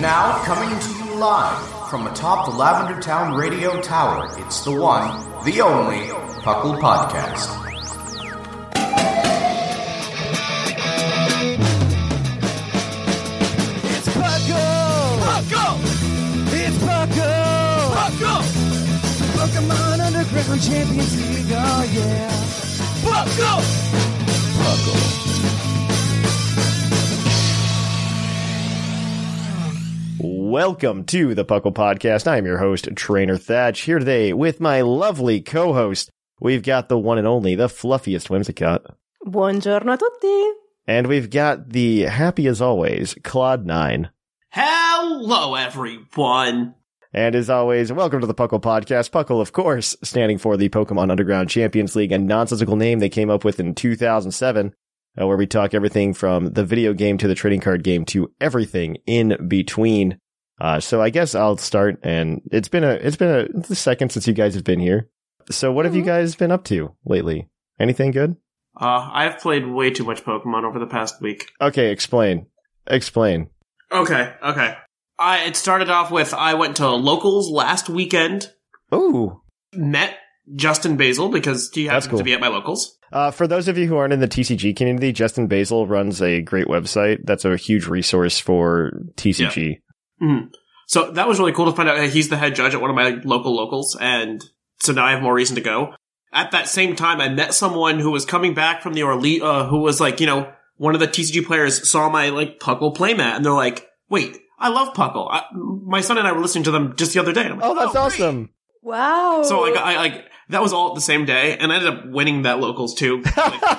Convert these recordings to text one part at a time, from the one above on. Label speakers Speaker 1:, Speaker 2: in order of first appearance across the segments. Speaker 1: Now, coming to you live from atop the Lavender Town Radio Tower, it's the one, the only Puckle Podcast.
Speaker 2: It's Puckle! Puckle! It's Puckle! Puckle! The Pokemon Underground Champions League, oh yeah! Puckle! Puckle.
Speaker 3: Welcome to the Puckle Podcast. I am your host, Trainer Thatch, here today with my lovely co host. We've got the one and only, the fluffiest Whimsicott.
Speaker 4: Buongiorno a tutti.
Speaker 3: And we've got the happy as always, Claude9.
Speaker 5: Hello, everyone.
Speaker 3: And as always, welcome to the Puckle Podcast. Puckle, of course, standing for the Pokemon Underground Champions League, a nonsensical name they came up with in 2007, uh, where we talk everything from the video game to the trading card game to everything in between. Uh, so I guess I'll start, and it's been a it's been a, it's the second since you guys have been here. So what have you guys been up to lately? Anything good?
Speaker 5: Uh, I've played way too much Pokemon over the past week.
Speaker 3: Okay, explain, explain.
Speaker 5: Okay, okay. I it started off with I went to locals last weekend,
Speaker 3: Ooh,
Speaker 5: met Justin Basil because he
Speaker 3: That's
Speaker 5: happened
Speaker 3: cool.
Speaker 5: to be at my locals.
Speaker 3: Uh, for those of you who aren't in the TCG community, Justin Basil runs a great website. That's a huge resource for TCG.
Speaker 5: Mhm. So that was really cool to find out that he's the head judge at one of my local locals, and so now I have more reason to go. At that same time, I met someone who was coming back from the Orle- uh, who was like, you know, one of the TCG players saw my like Puckle playmat, and they're like, "Wait, I love Puckle." I, my son and I were listening to them just the other day. And I'm like,
Speaker 3: Oh, that's
Speaker 5: great."
Speaker 3: awesome!
Speaker 4: Wow.
Speaker 5: So like I like that was all the same day, and I ended up winning that locals too, like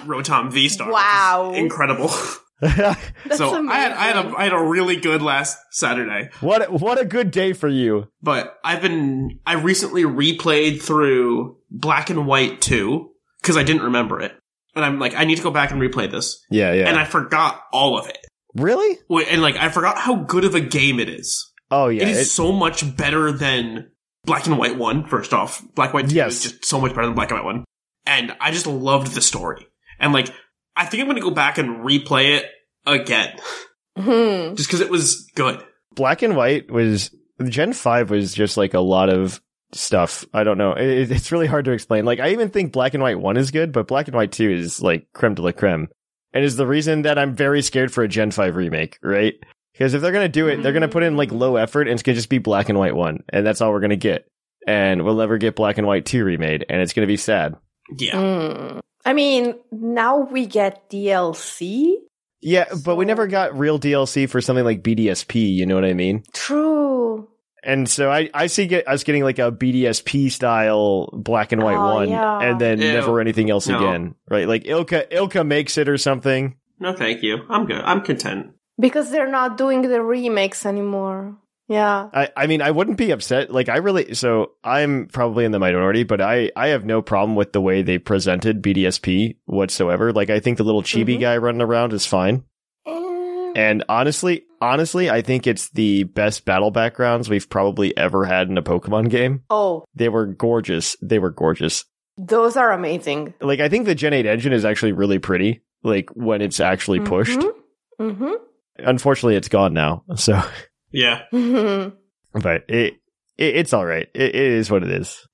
Speaker 5: Rotom V Star. which is
Speaker 4: Wow.
Speaker 5: incredible!
Speaker 4: That's
Speaker 5: so I had I had
Speaker 4: amazing.
Speaker 5: a I had a really good last Saturday,
Speaker 3: what what a good day for you!
Speaker 5: but I've been I recently replayed through Black and White two because I didn't remember it, and I'm like I need to go back and replay this,
Speaker 3: Yeah, yeah.
Speaker 5: and I forgot all of it,
Speaker 3: really?
Speaker 5: Wait, and like I forgot how good of a game it is.
Speaker 3: Oh yeah.
Speaker 5: it is
Speaker 3: it-
Speaker 5: so much better than Black and White One. First off, Black and White Two
Speaker 3: Yes.
Speaker 5: is just so much better than Black and White One, and I just loved the story. And like, I think I'm gonna go back and replay it again
Speaker 4: Mhm.
Speaker 5: just because it was good.
Speaker 3: Black and White was Gen Five was just like a lot of stuff. I don't know. It, it's really hard to explain. Like I even think Black and White One is good, but Black and White Two is like creme de la creme, and is the reason that I'm very scared for a Gen Five remake. Right? Because if they're gonna do it, they're gonna put in like low effort, and it's gonna just be Black and White One, and that's all we're gonna get. And we'll never get Black and White Two remade, and it's gonna be sad.
Speaker 5: Yeah,
Speaker 4: Mm. I mean, now we get DLC.
Speaker 3: Yeah, but we
Speaker 4: So-
Speaker 3: never got real DLC for something like BDSP. You know what I mean?
Speaker 4: True.
Speaker 3: And so I, I see get, us getting like a BDSP style black and white
Speaker 4: Oh,
Speaker 3: one,
Speaker 4: yeah.
Speaker 3: and then
Speaker 5: Ew.
Speaker 3: never anything else
Speaker 5: No.
Speaker 3: again, right? Like Ilka Ilka makes it or something.
Speaker 5: no, thank you. I'm good. I'm content.
Speaker 4: Because they're not doing the remakes anymore. Yeah.
Speaker 3: I, I mean I wouldn't be upset. Like I really so I'm probably in the minority, but I I have no problem with the way they presented BDSP whatsoever. Like I think the little chibi
Speaker 4: Mhm.
Speaker 3: guy running around is fine.
Speaker 4: Eh,
Speaker 3: And honestly, honestly, I think it's the best battle backgrounds we've probably ever had in a Pokemon game.
Speaker 4: oh,
Speaker 3: They were gorgeous. They were gorgeous.
Speaker 4: those are amazing.
Speaker 3: like I think the Gen 8 engine is actually really pretty, like when it's actually
Speaker 4: Mm-hmm.
Speaker 3: pushed.
Speaker 4: hmm
Speaker 3: Unfortunately, it's gone now. So,
Speaker 5: Yeah,
Speaker 4: Mm-hmm.
Speaker 3: but it, it it's all right. It, it is what it is.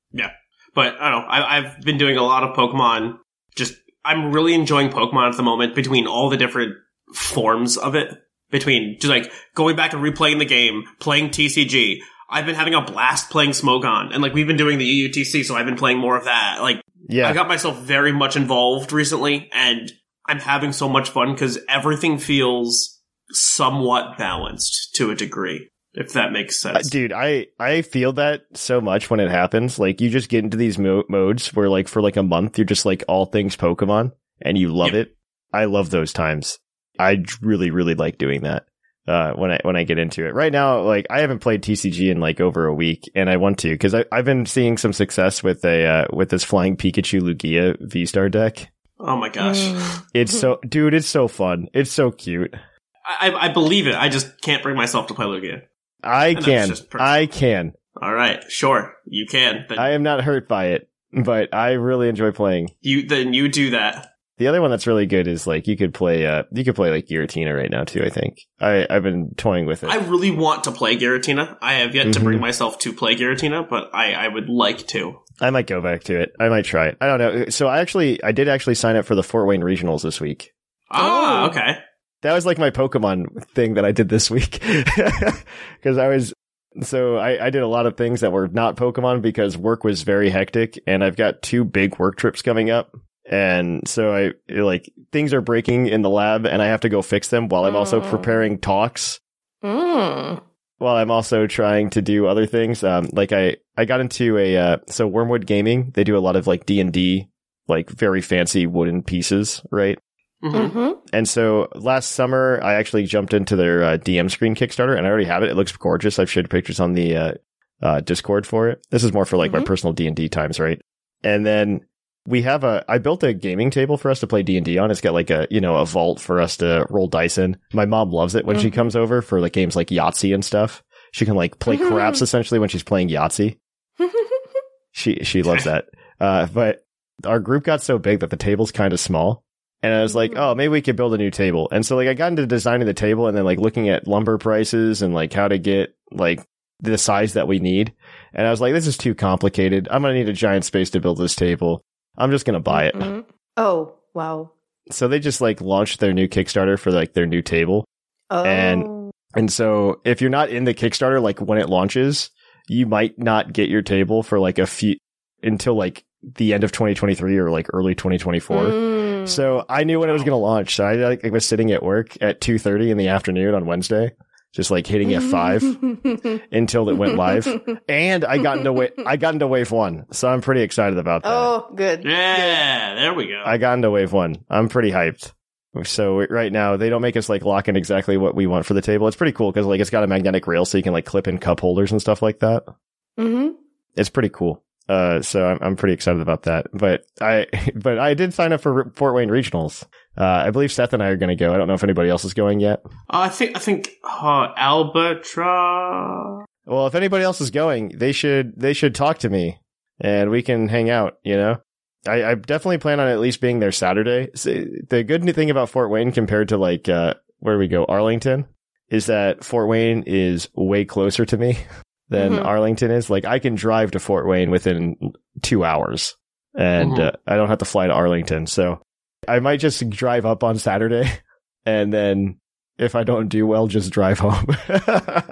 Speaker 5: but I don't know. I, I've been doing a lot of Pokemon. Just I'm really enjoying Pokemon at the moment between all the different forms of it. Between just like going back and replaying the game, playing TCG. I've been having a blast playing Smogon, and like we've been doing the E UUTC, so I've been playing more of that. Like
Speaker 3: Yeah.
Speaker 5: I got myself very much involved recently, and I'm having so much fun because everything feels somewhat balanced to a degree, if that makes sense.
Speaker 3: Uh, Dude, I I feel that so much when it happens. Like you just get into these mo- modes where like for like a month you're just like all things Pokemon and you love
Speaker 5: Yeah.
Speaker 3: it. I love those times. I d- really really like doing that. Uh, when I when I get into it right now, like I haven't played TCG in like over a week, and I want to because I I've been seeing some success with a uh, with this flying Pikachu Lugia V Star deck.
Speaker 5: oh my gosh.
Speaker 4: Mm. Mm-hmm.
Speaker 3: It's so dude, it's so fun. It's so cute.
Speaker 5: I, I I believe it. I just can't bring myself to play Lugia.
Speaker 3: I
Speaker 5: And that's
Speaker 3: can,
Speaker 5: just personal.
Speaker 3: I can.
Speaker 5: All right, sure, you can. Then
Speaker 3: I am not hurt by it, but I really enjoy playing.
Speaker 5: you then you do that.
Speaker 3: The other one that's really good is like you could play uh you could play like Giratina right now too, I think. I, I've been toying with it.
Speaker 5: I really want to play Giratina. I have yet to
Speaker 3: Mhm.
Speaker 5: bring myself to play Giratina, but I, I would like to.
Speaker 3: I might go back to it. I might try it. I don't know. So I actually I did actually sign up for the Fort Wayne regionals this week.
Speaker 5: Ah,
Speaker 4: Oh.
Speaker 5: okay.
Speaker 3: That was like my Pokemon thing that I did this week. Cause I was, so I, I did a lot of things that were not Pokemon because work was very hectic and I've got two big work trips coming up. And so I like things are breaking in the lab and I have to go fix them while I'm also
Speaker 4: Mm.
Speaker 3: preparing talks.
Speaker 4: Mm.
Speaker 3: While I'm also trying to do other things, um, like I, I got into a, uh, so Wormwood Gaming, they do a lot of like D and D, like very fancy wooden pieces, right?
Speaker 5: Mhm.
Speaker 4: hmm
Speaker 3: And so last summer, I actually jumped into their uh, DM screen Kickstarter, and I already have it. It looks gorgeous. I've shared pictures on the uh, uh, Discord for it. This is more for like my
Speaker 4: Mhm.
Speaker 3: personal D and D times, right? And then we have a. I built a gaming table for us to play D and D on. It's got like a you know a vault for us to roll dice in. My mom loves it when she
Speaker 4: Mhm.
Speaker 3: comes over for like games like Yahtzee and stuff. She can like play craps essentially when she's playing Yahtzee.
Speaker 4: Mm-hmm.
Speaker 3: She she loves that. Uh, but our group got so big that the table's kind of small. And I was like,
Speaker 4: Mhm.
Speaker 3: oh, maybe we could build a new table. And so like I got into designing the table and then like looking at lumber prices and like how to get like the size that we need. And I was like, this is too complicated. I'm gonna need a giant space to build this table. I'm just gonna buy it.
Speaker 4: Mhm. Oh wow.
Speaker 3: So they just like launched their new Kickstarter for like their new table.
Speaker 4: Oh.
Speaker 3: And- And so if you're not in the Kickstarter, like when it launches, you might not get your table for like a few until like the end of 2023 or like early 2024.
Speaker 4: Mm.
Speaker 3: So I knew when it was going to launch. So I like was sitting at work at 2:30 in the afternoon on Wednesday, just like hitting at 5 until it went live. And I got into wa- I got into wave 1. So I'm pretty excited about that.
Speaker 4: oh, good.
Speaker 5: Yeah, there we go.
Speaker 3: I got into wave 1. I'm pretty hyped. So right now they don't make us like lock in exactly what we want for the table. It's pretty cool cuz like it's got a magnetic rail so you can like clip in cup holders and stuff like that.
Speaker 4: hmm
Speaker 3: It's pretty cool. Uh, so I'm, I'm pretty excited about that. But I, but I did sign up for Fort Wayne regionals. Uh, I believe Seth and I are going to go. I don't know if anybody else is going yet.
Speaker 5: Uh, I think I think uh, Albatross.
Speaker 3: Well, if anybody else is going, they should they should talk to me, and we can hang out. You know, I, I definitely plan on at least being there Saturday. So the good new thing about Fort Wayne compared to like uh, where we go Arlington is that Fort Wayne is way closer to me than
Speaker 4: Mhm.
Speaker 3: Arlington is. Like I can drive to Fort Wayne within two hours, and
Speaker 5: Mhm.
Speaker 3: uh, I don't have to fly to Arlington. So I might just drive up on Saturday, and then if I don't do well, just drive home.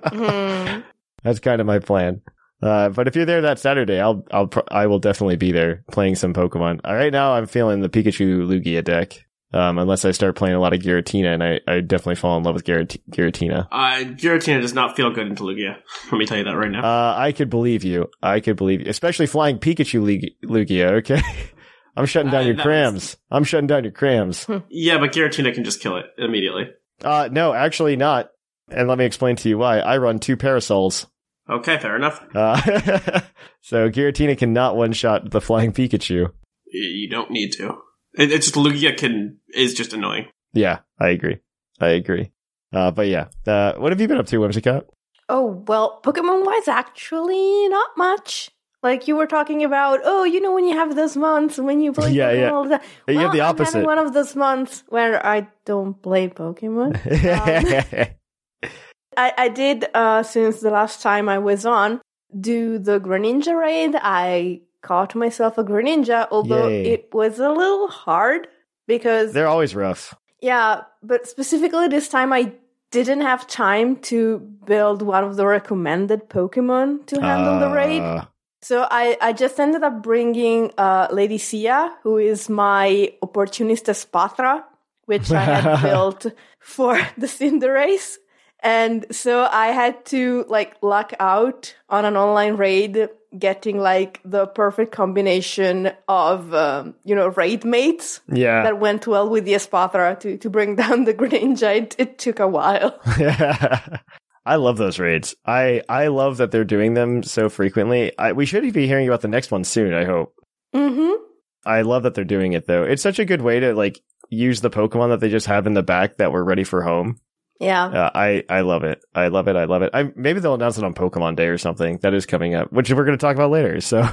Speaker 4: Mm-hmm.
Speaker 3: That's kind of my plan. Uh, but if you're there that Saturday, I'll I'll pr- I will definitely be there playing some Pokemon. Uh, Right now, I'm feeling the Pikachu Lugia deck. Um, unless I start playing a lot of Giratina, and I, I definitely fall in love with Girat- Giratina.
Speaker 5: Uh, Giratina does not feel good into Lugia. Let me tell you that right now.
Speaker 3: Uh, I could believe you. I could believe you, especially flying Pikachu Lug- Lugia. Okay, I'm shutting down
Speaker 5: Uh,
Speaker 3: your
Speaker 5: that was-
Speaker 3: crams. I'm shutting down your crams.
Speaker 5: yeah, but Giratina can just kill it immediately.
Speaker 3: Uh, no, actually not. And let me explain to you why. I run two parasols.
Speaker 5: Okay, fair enough.
Speaker 3: Uh, so Giratina cannot one shot the flying Pikachu.
Speaker 5: Y- You don't need to. It, it's just Lugia can is just annoying.
Speaker 3: Yeah, I agree. I agree. Uh, but yeah, uh, what have you been up to, Whimsicott?
Speaker 4: Oh, well, Pokemon wise, actually, not much. Like you were talking about, oh, you know, when you have those months when you play
Speaker 3: Yeah,
Speaker 4: Pokemon
Speaker 3: yeah.
Speaker 4: all the time.
Speaker 3: you have
Speaker 4: Well,
Speaker 3: the
Speaker 4: I'm having
Speaker 3: opposite.
Speaker 4: one of those months where I don't play Pokemon. Um, I, I did uh, since the last time I was on do the Greninja raid. I caught myself a Greninja, although
Speaker 3: Yay.
Speaker 4: it was a little hard because
Speaker 3: They're always rough.
Speaker 4: yeah, but specifically this time I didn't have time to build one of the recommended Pokemon to handle the raid.
Speaker 3: Uh,
Speaker 4: So I, I just ended up bringing uh, Lady Sia, who is my opportunista spatra, which I had built for the Cinderace. And so I had to like luck out on an online raid, getting like the perfect combination of, um, you know, raid mates
Speaker 3: yeah.
Speaker 4: that went well with the Espathra to, to bring down the Greninja. It, it took a while.
Speaker 3: I love those raids. I, I love that they're doing them so frequently. I, we should be hearing about the next one soon, I hope.
Speaker 4: hmm
Speaker 3: I love that they're doing it though. It's such a good way to like use the Pokemon that they just have in the back that were ready for home.
Speaker 4: Yeah.
Speaker 3: Uh, I I love it. I love it. I love it. I maybe they'll announce it on Pokemon Day or something that is coming up, which we're going to talk about later. So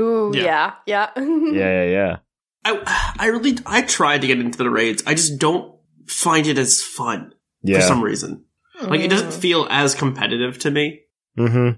Speaker 4: Ooh,
Speaker 5: Yeah.
Speaker 4: yeah. Yeah.
Speaker 3: yeah, yeah, yeah.
Speaker 5: I I really I tried to get into the raids. I just don't find it as fun
Speaker 3: Yeah.
Speaker 5: for some reason. Like it
Speaker 4: Mm.
Speaker 5: doesn't feel as competitive to me.
Speaker 3: hmm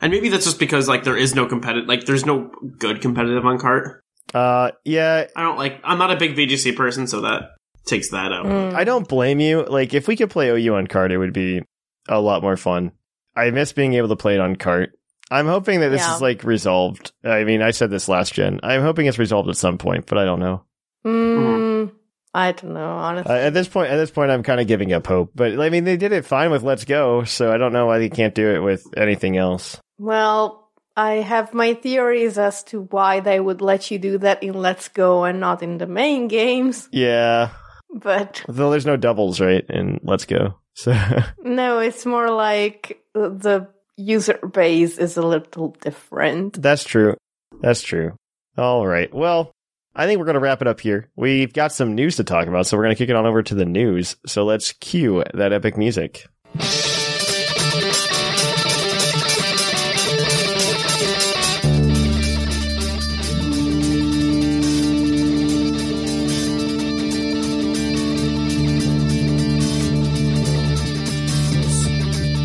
Speaker 5: And maybe that's just because like there is no competitive, like there's no good competitive on cart.
Speaker 3: Uh, yeah.
Speaker 5: I don't like. I'm not a big VGC person, so that takes that out.
Speaker 4: Mm.
Speaker 3: I don't blame you. Like, if we could play OU on cart, it would be a lot more fun. I miss being able to play it on cart. I'm hoping that this
Speaker 4: Yeah.
Speaker 3: is like resolved. I mean, I said this last gen. I'm hoping it's resolved at some point, but I don't know.
Speaker 4: Mm,
Speaker 5: Mm-hmm.
Speaker 4: I don't know,
Speaker 3: Uh,
Speaker 4: honestly.
Speaker 3: at this point, at this point, I'm kind of giving up hope. But I mean, they did it fine with Let's Go, so I don't know why they can't do it with anything else.
Speaker 4: well, I have my theories as to why they would let you do that in Let's Go and not in the main games,
Speaker 3: Yeah,
Speaker 4: but
Speaker 3: though there's no doubles, right? In Let's Go, so
Speaker 4: no, it's more like uh, the user base is a little different.
Speaker 3: that's true. That's true. All right. Well, I think we're going to wrap it up here. We've got some news to talk about, so we're going to kick it on over to the news. So let's cue that epic music.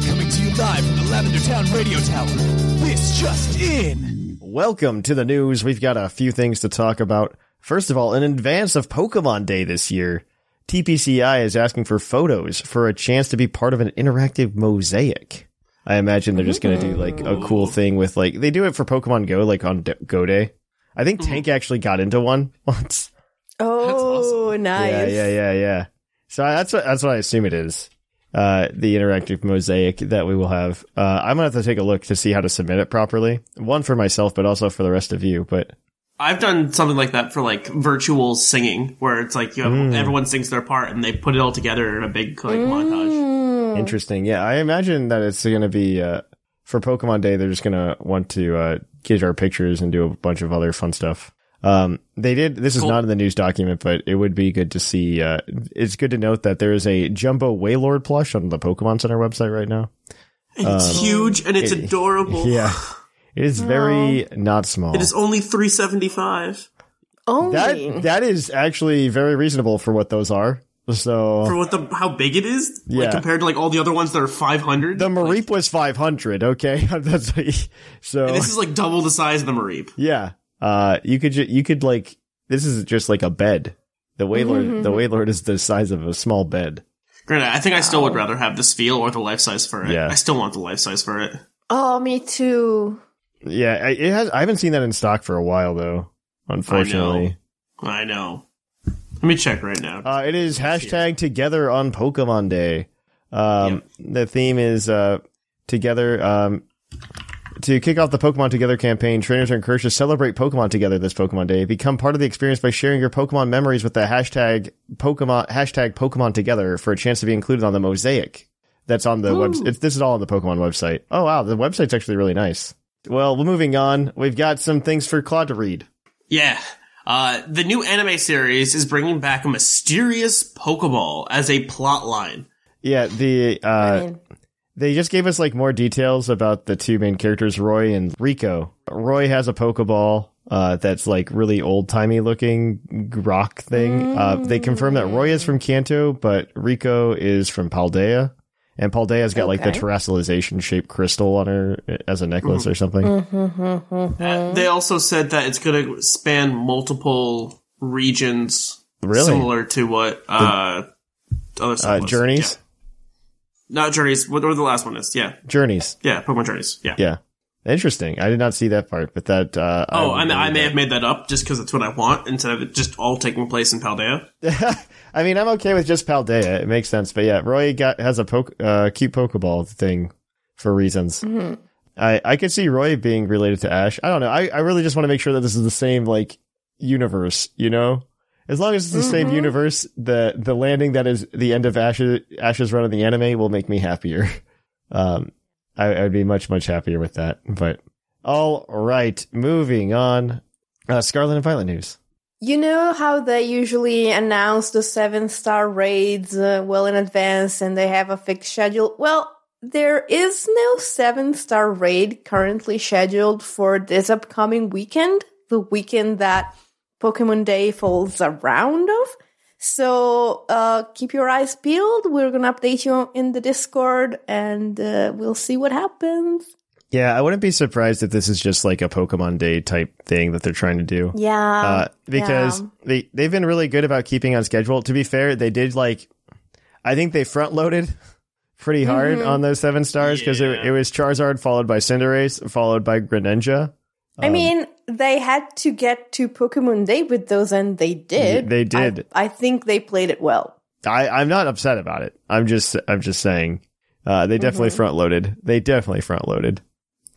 Speaker 2: Coming to you live from the Lavender Town Radio Tower. This just in.
Speaker 3: Welcome to the news. We've got a few things to talk about. First of all, in advance of Pokemon Day this year, TPCI is asking for photos for a chance to be part of an interactive mosaic. I imagine they're just going to do like a cool thing with like they do it for Pokemon Go, like on D- Go Day. I think Tank actually got into one once.
Speaker 4: Oh, nice.
Speaker 3: Yeah, yeah, yeah, yeah. So that's what that's what I assume it is. Uh, the interactive mosaic that we will have. Uh, I'm gonna have to take a look to see how to submit it properly. One for myself, but also for the rest of you. But
Speaker 5: I've done something like that for like virtual singing, where it's like you have,
Speaker 3: Mm.
Speaker 5: everyone sings their part and they put it all together in a big like montage.
Speaker 3: interesting. Yeah, I imagine that it's gonna be uh, for Pokemon Day. They're just gonna want to uh, get our pictures and do a bunch of other fun stuff. Um, they did. This is
Speaker 5: Cool.
Speaker 3: not in the news document, but it would be good to see. Uh, it's good to note that there is a Jumbo Waylord plush on the Pokemon Center website right now.
Speaker 5: And it's huge and it's
Speaker 3: Um, it-
Speaker 5: adorable.
Speaker 3: Yeah. It is very not small.
Speaker 5: It is only three seventy five
Speaker 4: Only.
Speaker 3: that that is actually very reasonable for what those are.
Speaker 5: for
Speaker 3: So
Speaker 5: what the how big it is.
Speaker 3: Oh. Yeah.
Speaker 5: Like compared to like all the other ones that are five hundred.
Speaker 3: the Mareep was 500, okay? That's so
Speaker 5: This is like double the size of the Mareep.
Speaker 3: yeah. Uh you could ju- you could like this is just like a bed. The Waylord the Waylord is the size of a small bed.
Speaker 5: Granted, I think I still would rather have the Steel or the life size for it.
Speaker 3: Yeah.
Speaker 5: I still want the life size for it.
Speaker 4: oh, me too.
Speaker 3: Yeah, I, it has I haven't seen that in stock for a while though, unfortunately.
Speaker 5: I know. Let me check right now.
Speaker 3: Uh, it is hashtag together on Pokemon Day. Um, The theme is uh, together. Um, to kick off the Pokemon Together campaign, trainers are encouraged to celebrate Pokemon Together this Pokemon Day. Become part of the experience by sharing your Pokemon memories with the hashtag Pokemon hashtag Pokemon Together for a chance to be included on the mosaic that's on the web. It's, this is all on the Pokemon website. Oh wow, the website's actually really nice. Well, we're moving on. We've got some things for Claude to read.
Speaker 5: yeah. Uh, the new anime series is bringing back a mysterious Pokeball as a plot line.
Speaker 3: Yeah, the uh,
Speaker 4: mean-
Speaker 3: they just gave us like more details about the two main characters, Roy and Rico. Roy has a Pokeball uh, that's like really old timey looking rock thing. Uh, they confirm that Roy is from Kanto, but Rico is from Paldea. And Paldea's got like the
Speaker 4: Okay.
Speaker 3: terrestrialization shaped crystal on her uh, as a necklace
Speaker 5: Mm-hmm.
Speaker 3: or something.
Speaker 5: Uh, they also said that it's going to span multiple regions,
Speaker 3: Really?
Speaker 5: similar to what uh, other stuff
Speaker 3: Uh,
Speaker 5: was.
Speaker 3: journeys?
Speaker 5: Yeah. Not journeys. What or the last one is? Yeah,
Speaker 3: Journeys.
Speaker 5: yeah. Pokemon journeys. Yeah.
Speaker 3: Yeah. Interesting. I did not see that part, but that. Uh,
Speaker 5: Oh,
Speaker 3: would
Speaker 5: I, mean, I
Speaker 3: really-
Speaker 5: may have made that up just because that's what I want instead of it just all taking place in Paldea.
Speaker 3: I mean, I'm okay with just Paldea. It makes sense. But yeah, Roy got has a poke, uh, cute Pokeball thing for reasons. I I could see Roy being related to Ash. I don't know. I, I really just want to make sure that this is the same like universe. You know, as long as it's the same universe, the the landing that is the end of Ash's Ash's run in the anime will make me happier. Um, I, I'd be much much happier with that. But all right, moving on. Uh, Scarlet and Violet news.
Speaker 4: You know how they usually announce the seven star raids uh, well in advance and they have a fixed schedule? Well, there is no seven star raid currently scheduled for this upcoming weekend, the weekend that Pokemon Day falls around of. So uh, keep your eyes peeled. We're gonna update you in the Discord, and uh, we'll see what happens.
Speaker 3: Yeah, I wouldn't be surprised if this is just like a Pokemon Day type thing that they're trying to do.
Speaker 4: Yeah,
Speaker 3: uh, because
Speaker 4: yeah.
Speaker 3: they they've been really good about keeping on schedule. To be fair, they did like I think they front loaded pretty hard
Speaker 4: Mhm.
Speaker 3: on those seven stars because it,
Speaker 5: Yeah.
Speaker 3: it was Charizard followed by Cinderace followed by Greninja.
Speaker 4: I
Speaker 3: Um,
Speaker 4: mean, they had to get to Pokemon Day with those, and they did.
Speaker 3: they
Speaker 4: I-
Speaker 3: did.
Speaker 4: I, think they played it well.
Speaker 3: I I'm not upset about it. I'm just I'm just saying uh, they definitely front loaded. They definitely front loaded.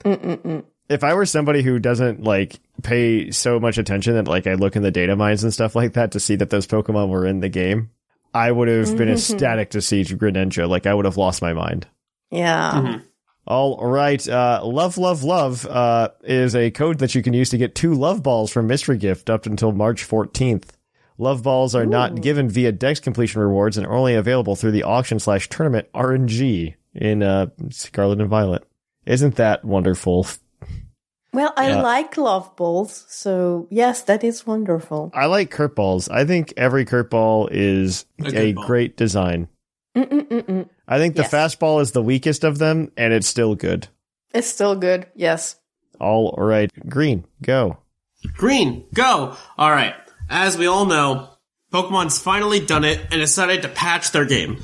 Speaker 4: Mm-mm-mm.
Speaker 3: If I were somebody who doesn't like pay so much attention that like I look in the data mines and stuff like that to see that those Pokemon were in the game, I would have been ecstatic to see Greninja. Like I would have lost my mind.
Speaker 4: Yeah.
Speaker 3: All right. Uh, love, love, love uh, is a code that you can use to get two love balls from Mystery Gift up until March 14th. Love balls are not given via Dex completion rewards and are only available through the auction slash tournament RNG in uh, Scarlet and Violet. Isn't that wonderful?
Speaker 4: Well, I
Speaker 3: Yeah.
Speaker 4: like love balls, so yes, that is wonderful.
Speaker 3: I like Kurt balls. I think every Kurt ball is
Speaker 5: A good
Speaker 3: a,
Speaker 5: ball.
Speaker 3: great design.
Speaker 4: Mm-mm-mm-mm.
Speaker 3: I think the
Speaker 4: Yes.
Speaker 3: fastball is the weakest of them, and it's still good.
Speaker 4: It's still good. Yes.
Speaker 3: All right. Green, go.
Speaker 5: Green, go! Alright. As we all know, Pokemon's finally done it and decided to patch their game.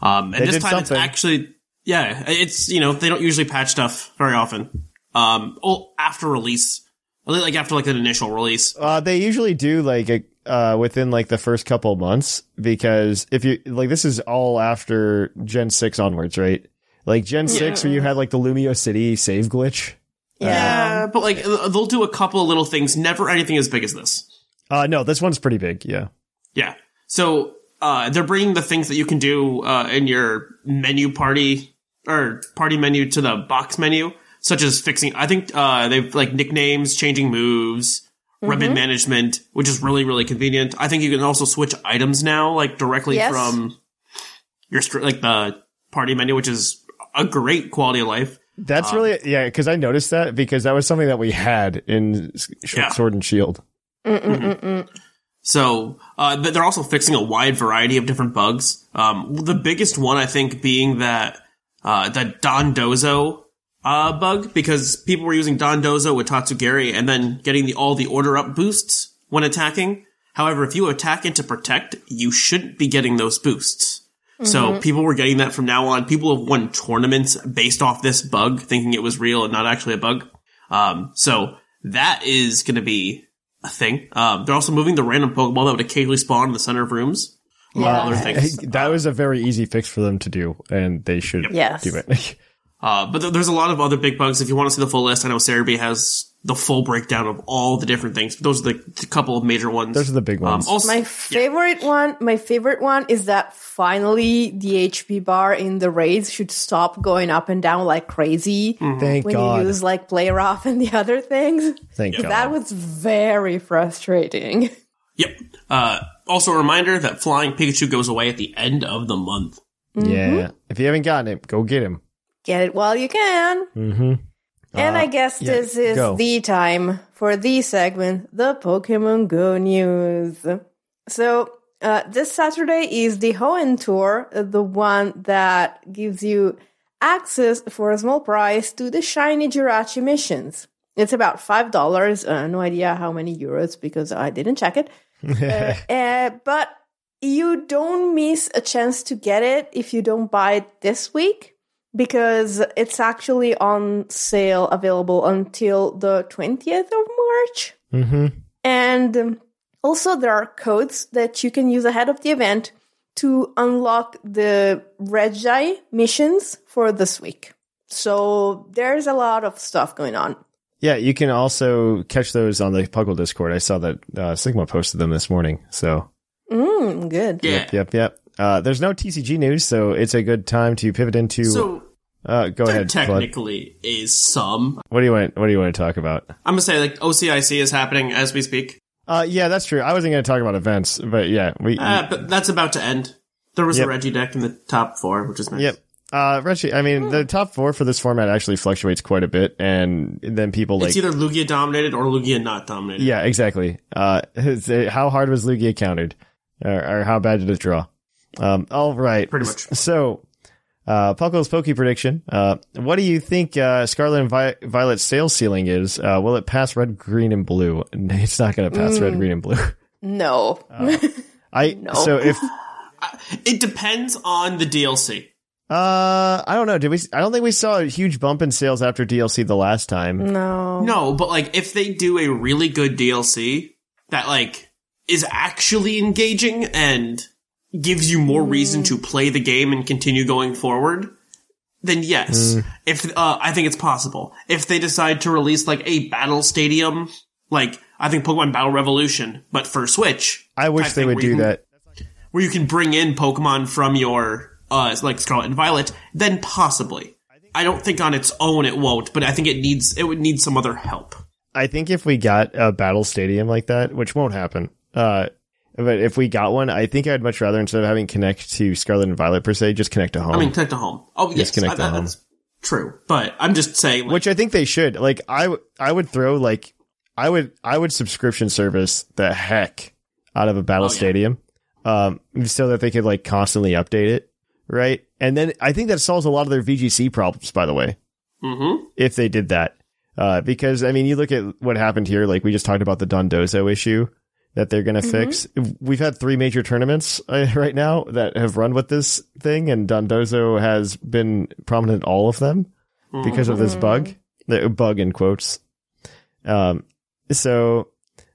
Speaker 5: Um, and
Speaker 3: They
Speaker 5: this
Speaker 3: did
Speaker 5: time it's
Speaker 3: something.
Speaker 5: actually, yeah, it's, you know, they don't usually patch stuff very often. Um, oh, after release. Like after like an initial release.
Speaker 3: Uh, they usually do like a, uh, within like the first couple of months because if you like, this is all after Gen six onwards, right? Like Gen six, where you had like the Lumio City save glitch.
Speaker 4: Yeah.
Speaker 5: Yeah, but like uh, they'll do a couple of little things, never anything as big as this.
Speaker 3: Uh, no, this one's pretty big. Yeah,
Speaker 5: Yeah. So uh, they're bringing the things that you can do uh, in your menu party or party menu to the box menu, such as fixing. I think uh, they've like nicknames, changing moves, ribbon management, which is really really convenient. I think you can also switch items now, like directly
Speaker 4: Yes.
Speaker 5: from your str- like the party menu, which is a great quality of life.
Speaker 3: that's really yeah. Because I noticed that because that was something that we had in S- Sh-
Speaker 5: Yeah.
Speaker 3: Sword and Shield.
Speaker 4: Mm-mm-mm-mm.
Speaker 5: So, uh, but they're also fixing a wide variety of different bugs. Um, the biggest one, I think, being that, uh, the Dondozo, uh, bug, because people were using Dondozo with Tatsugiri and then getting the, all the order up boosts when attacking. However, if you attack into protect, you shouldn't be getting those boosts. So people were getting that from now on. People have won tournaments based off this bug, thinking it was real and not actually a bug. Um, so that is going to be a thing. Um, they're also moving the random Pokeball that would occasionally spawn in the center of rooms. A lot of other things.
Speaker 3: That was a very easy fix for them to do, and they should
Speaker 4: Yes.
Speaker 3: do it.
Speaker 5: Uh, but th- there's a lot of other big bugs. If you want to see the full list, I know Cerebi has the full breakdown of all the different things. But those are the, the couple of major ones.
Speaker 3: Those are the big
Speaker 5: um,
Speaker 3: ones.
Speaker 5: also,
Speaker 4: My favorite one, my favorite one is that finally the HP bar in the raids should stop going up and down like crazy
Speaker 3: Thank
Speaker 4: when
Speaker 3: God.
Speaker 4: you use like player off and the other things.
Speaker 3: Thank God.
Speaker 4: That was very frustrating.
Speaker 5: yep. Uh, also, a reminder that Flying Pikachu goes away at the end of the month.
Speaker 3: Yeah.
Speaker 4: Mm-hmm.
Speaker 3: If you haven't gotten it, go get him.
Speaker 4: Get it while you can.
Speaker 3: Mm-hmm.
Speaker 4: and I guess
Speaker 3: yeah,
Speaker 4: this is
Speaker 3: go.
Speaker 4: the time for the segment, the Pokemon Go news. So uh, this Saturday is the Hoenn Tour, uh, the one that gives you access for a small price to the shiny Jirachi missions. It's about five dollars. Uh, no idea how many euros because I didn't check it. Uh, uh, but you don't miss a chance to get it if you don't buy it this week because it's actually on sale available until the 20th of March.
Speaker 3: Mm-hmm.
Speaker 4: And um, also, there are codes that you can use ahead of the event to unlock the Regi missions for this week. So there's a lot of stuff going on.
Speaker 3: Yeah, you can also catch those on the Puggle Discord. I saw that uh, Sigma posted them this morning. So,
Speaker 4: Mm, good.
Speaker 5: Yeah.
Speaker 3: yep, yep, yep. Uh, there's no TCG news, so it's a good time to pivot into.
Speaker 5: So
Speaker 3: uh, go
Speaker 5: there
Speaker 3: ahead, Vlad.
Speaker 5: technically is some.
Speaker 3: What do you want? What do you want to talk about?
Speaker 5: I'm gonna say like OCIC is happening as we speak,
Speaker 3: Uh, yeah, that's true. I wasn't going to talk about events, but yeah, we.
Speaker 5: uh, but Uh, that's about to end. There was
Speaker 3: Yep.
Speaker 5: a Reggie deck in the top four, which is nice.
Speaker 3: yep. Uh, Reggie, I mean, the top four for this format actually fluctuates quite a bit, and then people like,
Speaker 5: it's either Lugia dominated or Lugia not dominated.
Speaker 3: yeah, exactly. Uh, it's, uh, how hard was Lugia countered, or, or how bad did it draw? Um, all right,
Speaker 5: Pretty much.
Speaker 3: So, uh, Puckle's pokey prediction. Uh, what do you think uh, Scarlet and Vi- Violet's sales ceiling is? Uh, will it pass red, green, and blue? It's not going to pass red, green, and blue.
Speaker 4: No.
Speaker 3: Oh. I
Speaker 4: Mm. No.
Speaker 3: so if
Speaker 5: It depends on the DLC.
Speaker 3: uh, I don't know. Did we? I don't think we saw a huge bump in sales after DLC the last time.
Speaker 4: no.
Speaker 5: No, but like if they do a really good DLC that like is actually engaging and gives you more reason to play the game and continue going forward, then yes.
Speaker 3: Mm.
Speaker 5: If uh, I think it's possible. If they decide to release like a battle stadium, like I think Pokemon Battle Revolution, but for Switch,
Speaker 3: I
Speaker 5: I
Speaker 3: wish they
Speaker 5: think
Speaker 3: would
Speaker 5: we
Speaker 3: do
Speaker 5: can-
Speaker 3: that.
Speaker 5: where you can bring in Pokemon from your uh like Scarlet and Violet, then possibly. I don't think on its own it won't, but I think it needs it would need some other help.
Speaker 3: I think if we got a battle stadium like that, which won't happen, uh, but if we got one, I think I'd much rather instead of having connect to Scarlet and Violet per se, just connect to home.
Speaker 5: I mean, connect to home. Oh, yes,
Speaker 3: connect
Speaker 5: I-
Speaker 3: to
Speaker 5: I-
Speaker 3: home.
Speaker 5: That's true, but I'm just saying. Like,
Speaker 3: which I think they should. Like I, w- I would throw like I would I would subscription service the heck out of a battle
Speaker 5: Oh, yeah.
Speaker 3: stadium, um, so that they could like constantly update it, right? And then I think that solves a lot of their VGC problems. By the way,
Speaker 5: hmm
Speaker 3: if they did that. Uh, because I mean, you look at what happened here. Like we just talked about the Dondozo issue that they're going to fix. We've had three major tournaments uh, right now that have run with this thing, and Dondozo has been prominent in all of them because of this bug. The bug in quotes. Um, so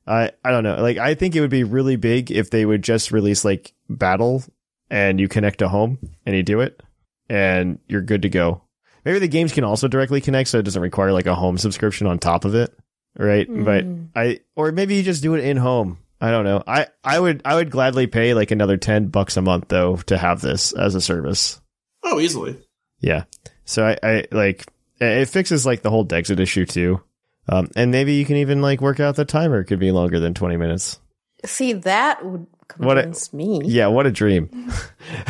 Speaker 3: I I don't know. Like I think it would be really big if they would just release like battle and you connect to home and you do it and you're good to go. Maybe the games can also directly connect, so it doesn't require like a home subscription on top of it, right? But I or maybe you just do it in home. I don't know. I I would I would gladly pay like another ten bucks a month though to have this as a service.
Speaker 5: Oh, easily.
Speaker 3: Yeah. So I, I like it fixes like the whole Dexit issue too. Um, and maybe you can even like work out the timer could be longer than 20 minutes.
Speaker 4: See, that would
Speaker 3: What a-
Speaker 4: convince me.
Speaker 3: Yeah, what a dream.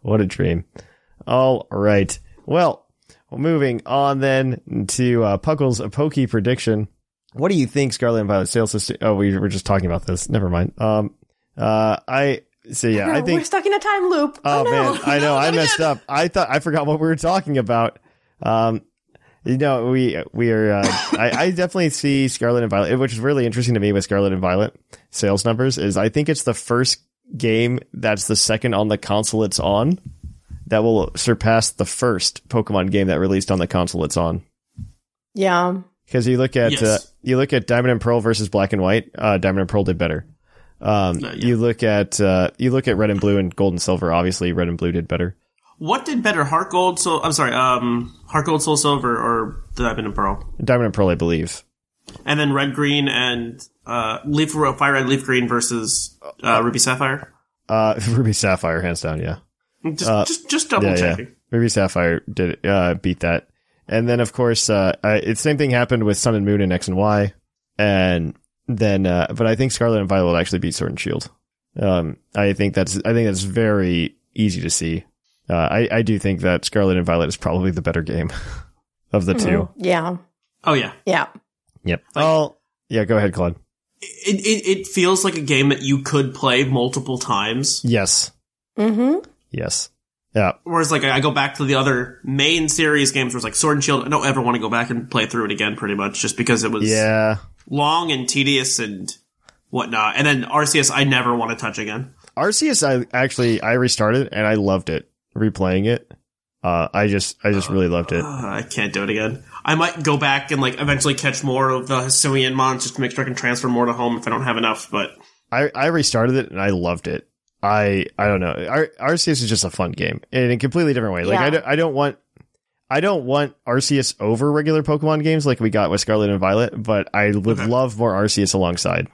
Speaker 3: what a dream. All right. Well, moving on then to uh, Puckle's pokey prediction. What do you think Scarlet and Violet sales system? Oh, we were just talking about this. Never mind. Um, uh, I so yeah,
Speaker 4: No,
Speaker 3: I think
Speaker 4: we're stuck in a time loop.
Speaker 3: Oh,
Speaker 4: no.
Speaker 3: man, I know I messed up. I thought I forgot what we were talking about. Um, you know, we we are. Uh, I, I definitely see Scarlet and Violet, which is really interesting to me with Scarlet and Violet sales numbers. Is I think it's the first game that's the second on the console it's on that will surpass the first Pokemon game that released on the console it's on.
Speaker 4: Yeah.
Speaker 3: Because you look at
Speaker 5: Yes.
Speaker 3: uh, you look at Diamond and Pearl versus Black and White. Uh, Diamond and Pearl did better. Um,
Speaker 5: Uh, yeah.
Speaker 3: You look at uh, you look at Red and Blue and Gold and Silver. Obviously, Red and Blue did better.
Speaker 5: What did better, Heart Gold Soul? I'm sorry, um, Heart Gold Soul Silver or Diamond and Pearl,
Speaker 3: Diamond and Pearl, I believe.
Speaker 5: and then Red Green and uh, Leaf Ro- Fire Red Leaf Green versus uh, Ruby Sapphire.
Speaker 3: Uh, Ruby Sapphire, hands down, yeah.
Speaker 5: Just,
Speaker 3: Uh,
Speaker 5: just, just double
Speaker 3: Yeah, yeah.
Speaker 5: checking.
Speaker 3: Ruby Sapphire did uh, beat that. And then, of course, uh, I, it's same thing happened with Sun and Moon and X and Y. And then, uh, but I think Scarlet and Violet will actually beat Sword and Shield. Um, I think that's, I think that's very easy to see. Uh, I, I do think that Scarlet and Violet is probably the better game of the two.
Speaker 4: Yeah.
Speaker 5: Oh yeah,
Speaker 4: Yeah.
Speaker 3: Yep. Oh, yeah. Go ahead, Claude.
Speaker 5: it, it it feels like a game that you could play multiple times.
Speaker 3: Yes.
Speaker 4: Mm-hmm.
Speaker 3: Yes. Yeah.
Speaker 5: Whereas, like, I go back to the other main series games where it's like Sword and Shield. I don't ever want to go back and play through it again, pretty much, just because it was
Speaker 3: Yeah.
Speaker 5: long and tedious and whatnot. And then RCS, I never want to touch again.
Speaker 3: Arceus, I actually I restarted and I loved it. Replaying it, uh, I just I just really loved it.
Speaker 5: Uh, I can't do it again. I might go back and like eventually catch more of the Hisuian mons just to make sure I can transfer more to home if I don't have enough. But
Speaker 3: I I restarted it and I loved it. I I don't know. Ar- Arceus is just a fun game in a completely different way. Like I
Speaker 4: Yeah.
Speaker 3: don't, I don't want I don't want Arceus over regular Pokemon games like we got with Scarlet and Violet, but I would
Speaker 5: Okay.
Speaker 3: love more Arceus alongside.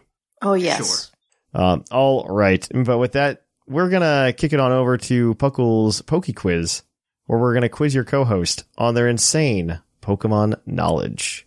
Speaker 4: Oh yes.
Speaker 3: Um, all right. But with that, we're going to kick it on over to Puckle's Poke Quiz, where we're going to quiz your co host on their insane Pokemon knowledge.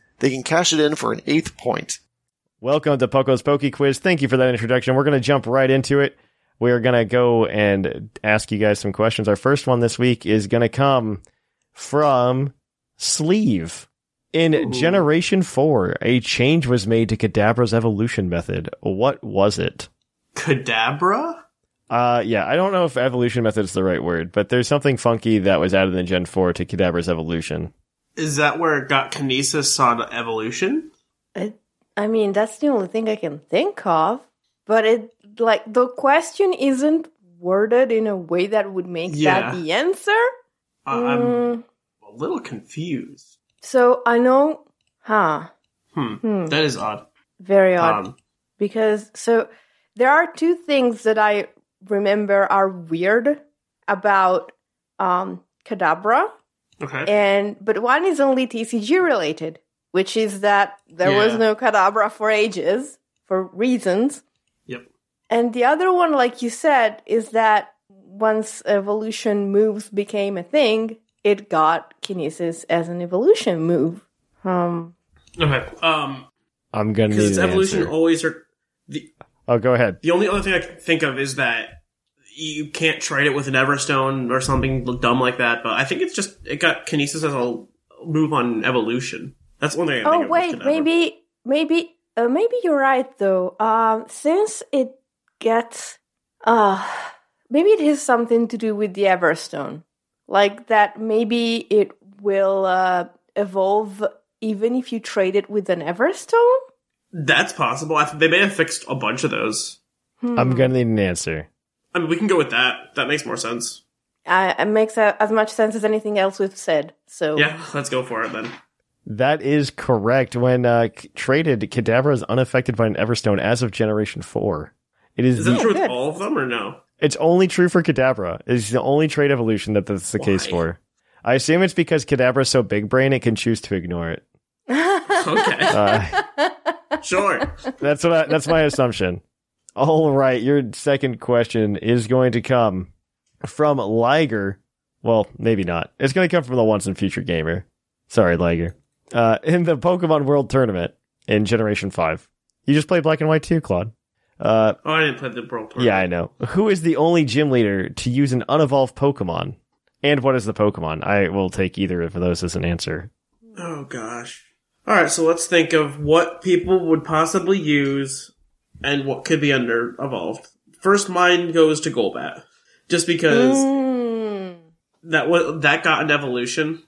Speaker 6: they can cash it in for an eighth point.
Speaker 3: Welcome to Poco's Poke Quiz. Thank you for that introduction. We're going to jump right into it. We are going to go and ask you guys some questions. Our first one this week is going to come from Sleeve. In Generation 4, a change was made to Kadabra's evolution method. What was it?
Speaker 5: Kadabra?
Speaker 3: Uh, yeah, I don't know if evolution method is the right word, but there's something funky that was added in Gen 4 to Kadabra's evolution.
Speaker 5: Is that where it got Kinesis on evolution?
Speaker 4: It, I mean, that's the only thing I can think of. But it, like, the question isn't worded in a way that would make
Speaker 5: Yeah.
Speaker 4: that the answer.
Speaker 5: I- I'm
Speaker 4: Mm,
Speaker 5: a little confused.
Speaker 4: so I know, huh?
Speaker 5: Hmm.
Speaker 4: Hmm.
Speaker 5: That is odd.
Speaker 4: Very odd.
Speaker 5: Um,
Speaker 4: because so there are two things that I remember are weird about um Kadabra
Speaker 5: okay.
Speaker 4: and but one is only TCG related, which is that there was
Speaker 5: Yeah.
Speaker 4: no Kadabra for ages for reasons.
Speaker 5: Yep.
Speaker 4: And the other one like you said is that once evolution moves became a thing, it got kinesis as an evolution move. Um
Speaker 5: Okay. Um,
Speaker 3: I'm going to
Speaker 5: because
Speaker 3: need
Speaker 5: it's
Speaker 3: an
Speaker 5: evolution
Speaker 3: answer.
Speaker 5: always are the
Speaker 3: Oh, go ahead.
Speaker 5: The only other thing I can think of is that you can't trade it with an Everstone or something dumb like that. But I think it's just it got Kinesis as a move on evolution. That's one thing. I can think
Speaker 4: Oh
Speaker 5: of
Speaker 4: wait,
Speaker 5: with Kadabra.
Speaker 4: maybe maybe uh, maybe you're right though. Um, since it gets, uh maybe it has something to do with the Everstone, like that. Maybe it will uh, evolve even if you trade it with an Everstone.
Speaker 5: that's possible. I th- they may have fixed a bunch of those.
Speaker 3: I'm going to need an answer.
Speaker 5: I mean, we can go with that. That makes more sense.
Speaker 4: Uh, it makes uh, as much sense as anything else we've said. So
Speaker 5: Yeah, let's go for it then.
Speaker 3: That is correct. When uh, c- traded, Kadabra is unaffected by an Everstone as of Generation Four. It is,
Speaker 5: Is
Speaker 3: the,
Speaker 5: that true with
Speaker 4: good.
Speaker 5: all of them or no?
Speaker 3: it's only true for Kadabra. It's the only trade evolution that that's the case
Speaker 5: Why?
Speaker 3: for. I assume it's because Kadabra is so big brain it can choose to ignore it.
Speaker 5: Okay,
Speaker 3: Uh,
Speaker 5: sure.
Speaker 3: that's what I, that's my assumption. All right, your second question is going to come from Liger. Well, maybe not. It's going to come from the once and future gamer. Sorry, Liger. Uh, in the Pokemon World Tournament in Generation Five, you just play Black and White too, Claude. Uh,
Speaker 5: Oh, I didn't play the Pearl. Tournament.
Speaker 3: yeah, I know. Who is the only gym leader to use an unevolved Pokemon? And what is the Pokemon? I will take either of those as an answer.
Speaker 5: Oh gosh. All right, so let's think of what people would possibly use and what could be under evolved. First, mine goes to Golbat, just because
Speaker 4: Mm,
Speaker 5: that was that got an evolution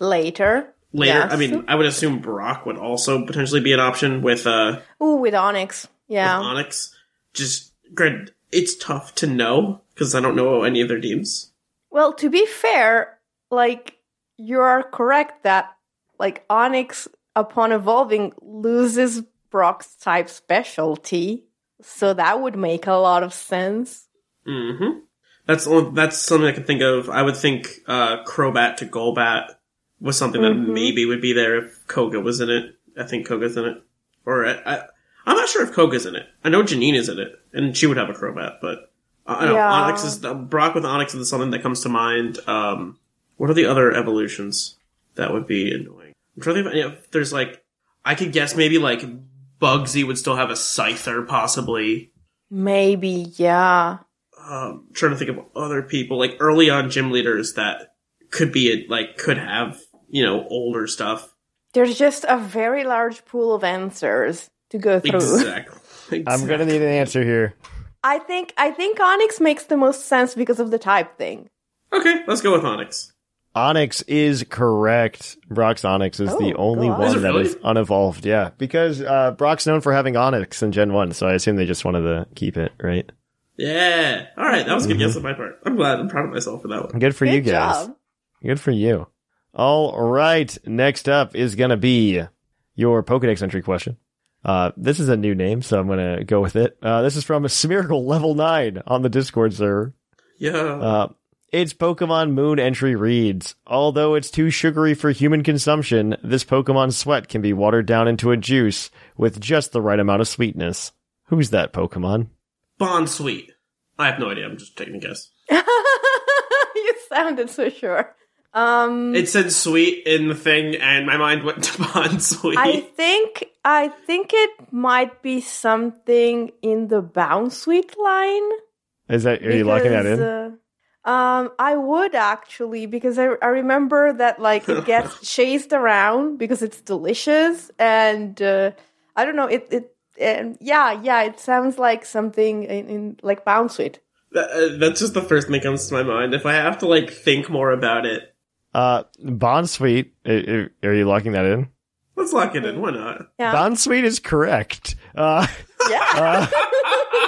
Speaker 4: later.
Speaker 5: later.
Speaker 4: Yes.
Speaker 5: I mean, I would assume Brock would also potentially be an option with uh
Speaker 4: ooh, with Onyx. Yeah.
Speaker 5: with Onyx. Just granted, it's tough to know because I don't know any of their teams.
Speaker 4: Well, to be fair, like you are correct that like Onyx upon evolving loses Brock's type specialty, so that would make a lot of sense.
Speaker 5: Mm-hmm. That's the only, that's something I can think of. I would think uh, Crobat to Golbat was something that
Speaker 4: Mhm.
Speaker 5: maybe would be there if Koga was in it. I think Koga's in it, or I, I, I'm not sure if Koga's in it. I know Janine is in it, and she would have a Crobat, but I I don't
Speaker 4: Yeah.
Speaker 5: know. Onyx is the, Brock with Onyx is something that comes to mind. Um, what are the other evolutions that would be annoying? I'm trying to think of- if there's like I could guess maybe like Bugsy would still have a Scyther possibly.
Speaker 4: Maybe, yeah.
Speaker 5: um, trying to think of other people like early on gym leaders that could be like could have you know older stuff.
Speaker 4: There's just a very large pool of answers to go through.
Speaker 5: Exactly.
Speaker 3: I'm going to need an answer here.
Speaker 4: I think I think Onyx makes the most sense because of the type thing.
Speaker 5: Okay, let's go with Onyx.
Speaker 3: Onyx is correct. Brock's Onyx is the
Speaker 4: Oh,
Speaker 3: only
Speaker 4: God.
Speaker 3: one
Speaker 5: Is
Speaker 3: that
Speaker 5: it
Speaker 3: is
Speaker 5: really?
Speaker 3: unevolved. Yeah, because uh, Brock's known for having Onyx in Gen One, so I assume they just wanted to keep it, right?
Speaker 5: Yeah. All right, that was a
Speaker 3: Mm-hmm.
Speaker 5: good guess on my part. I'm glad. I'm proud of myself for that one.
Speaker 3: Good for
Speaker 4: Good
Speaker 3: you guys.
Speaker 4: job.
Speaker 3: Good for you. All right, next up is gonna be your Pokedex entry question. Uh, this is a new name, so I'm going to go with it. Uh, this is from Smeargle Level 9 on the Discord server.
Speaker 5: Yeah.
Speaker 3: Uh, its Pokemon Moon entry reads Although it's too sugary for human consumption, this Pokemon sweat can be watered down into a juice with just the right amount of sweetness. Who's that Pokemon?
Speaker 5: Bond Sweet. I have no idea. I'm just taking a guess.
Speaker 4: you sounded so sure. Um,
Speaker 5: It said sweet in the thing, and my mind went to Bond Sweet.
Speaker 4: I think I think it might be something in the bounce sweet line.
Speaker 3: Is that, are you locking that
Speaker 4: because,
Speaker 3: in?
Speaker 4: uh, um, I would actually because I, I remember that like it gets chased around because it's delicious and uh, I don't know it it um, yeah yeah it sounds like something in, in like bounce sweet.
Speaker 5: That- uh, that's just the first thing that comes to my mind. If I have to like think more about it,
Speaker 3: Uh, Bon Sweet, i- i- are you locking that in?
Speaker 5: let's lock it in. Why not?
Speaker 4: Yeah.
Speaker 3: Bon Sweet is correct. Uh,
Speaker 4: yeah.
Speaker 3: uh,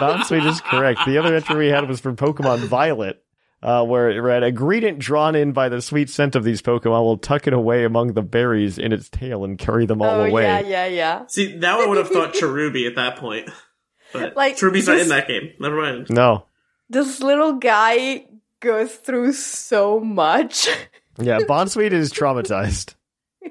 Speaker 3: Bon Sweet is correct. The other entry we had was from Pokemon Violet, uh, where it read, A greedent drawn in by the sweet scent of these Pokemon will tuck it away among the berries in its tail and carry them all
Speaker 4: oh
Speaker 3: away.
Speaker 4: yeah yeah yeah.
Speaker 5: See, that I would have thought Cherubi at that point. But
Speaker 4: Like,
Speaker 5: like, Cherubi's not
Speaker 4: this-
Speaker 5: in that game. Never mind.
Speaker 3: No.
Speaker 4: This little guy goes through so much.
Speaker 3: Yeah, Bon Sweet is traumatized.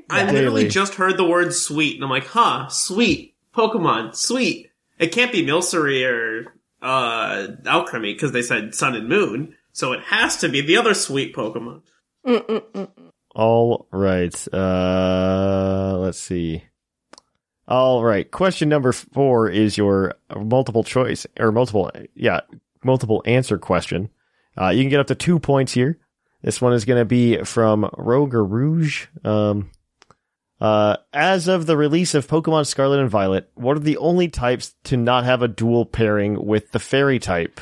Speaker 5: I
Speaker 3: Yeah.
Speaker 5: literally
Speaker 3: Daily.
Speaker 5: just heard the word sweet, and I'm like, huh, sweet. Pokemon, sweet. It can't be Milcery or uh, Alchemy because they said Sun and Moon, so it has to be the other sweet Pokemon.
Speaker 4: Mm-mm-mm.
Speaker 3: All right. Uh, let's see. All right. Question number four is your multiple choice or multiple, yeah, multiple answer question. Uh, you can get up to two points here. This one is going to be from Rogue or Rouge. Um, uh, as of the release of Pokemon Scarlet and Violet, what are the only types to not have a dual pairing with the fairy type?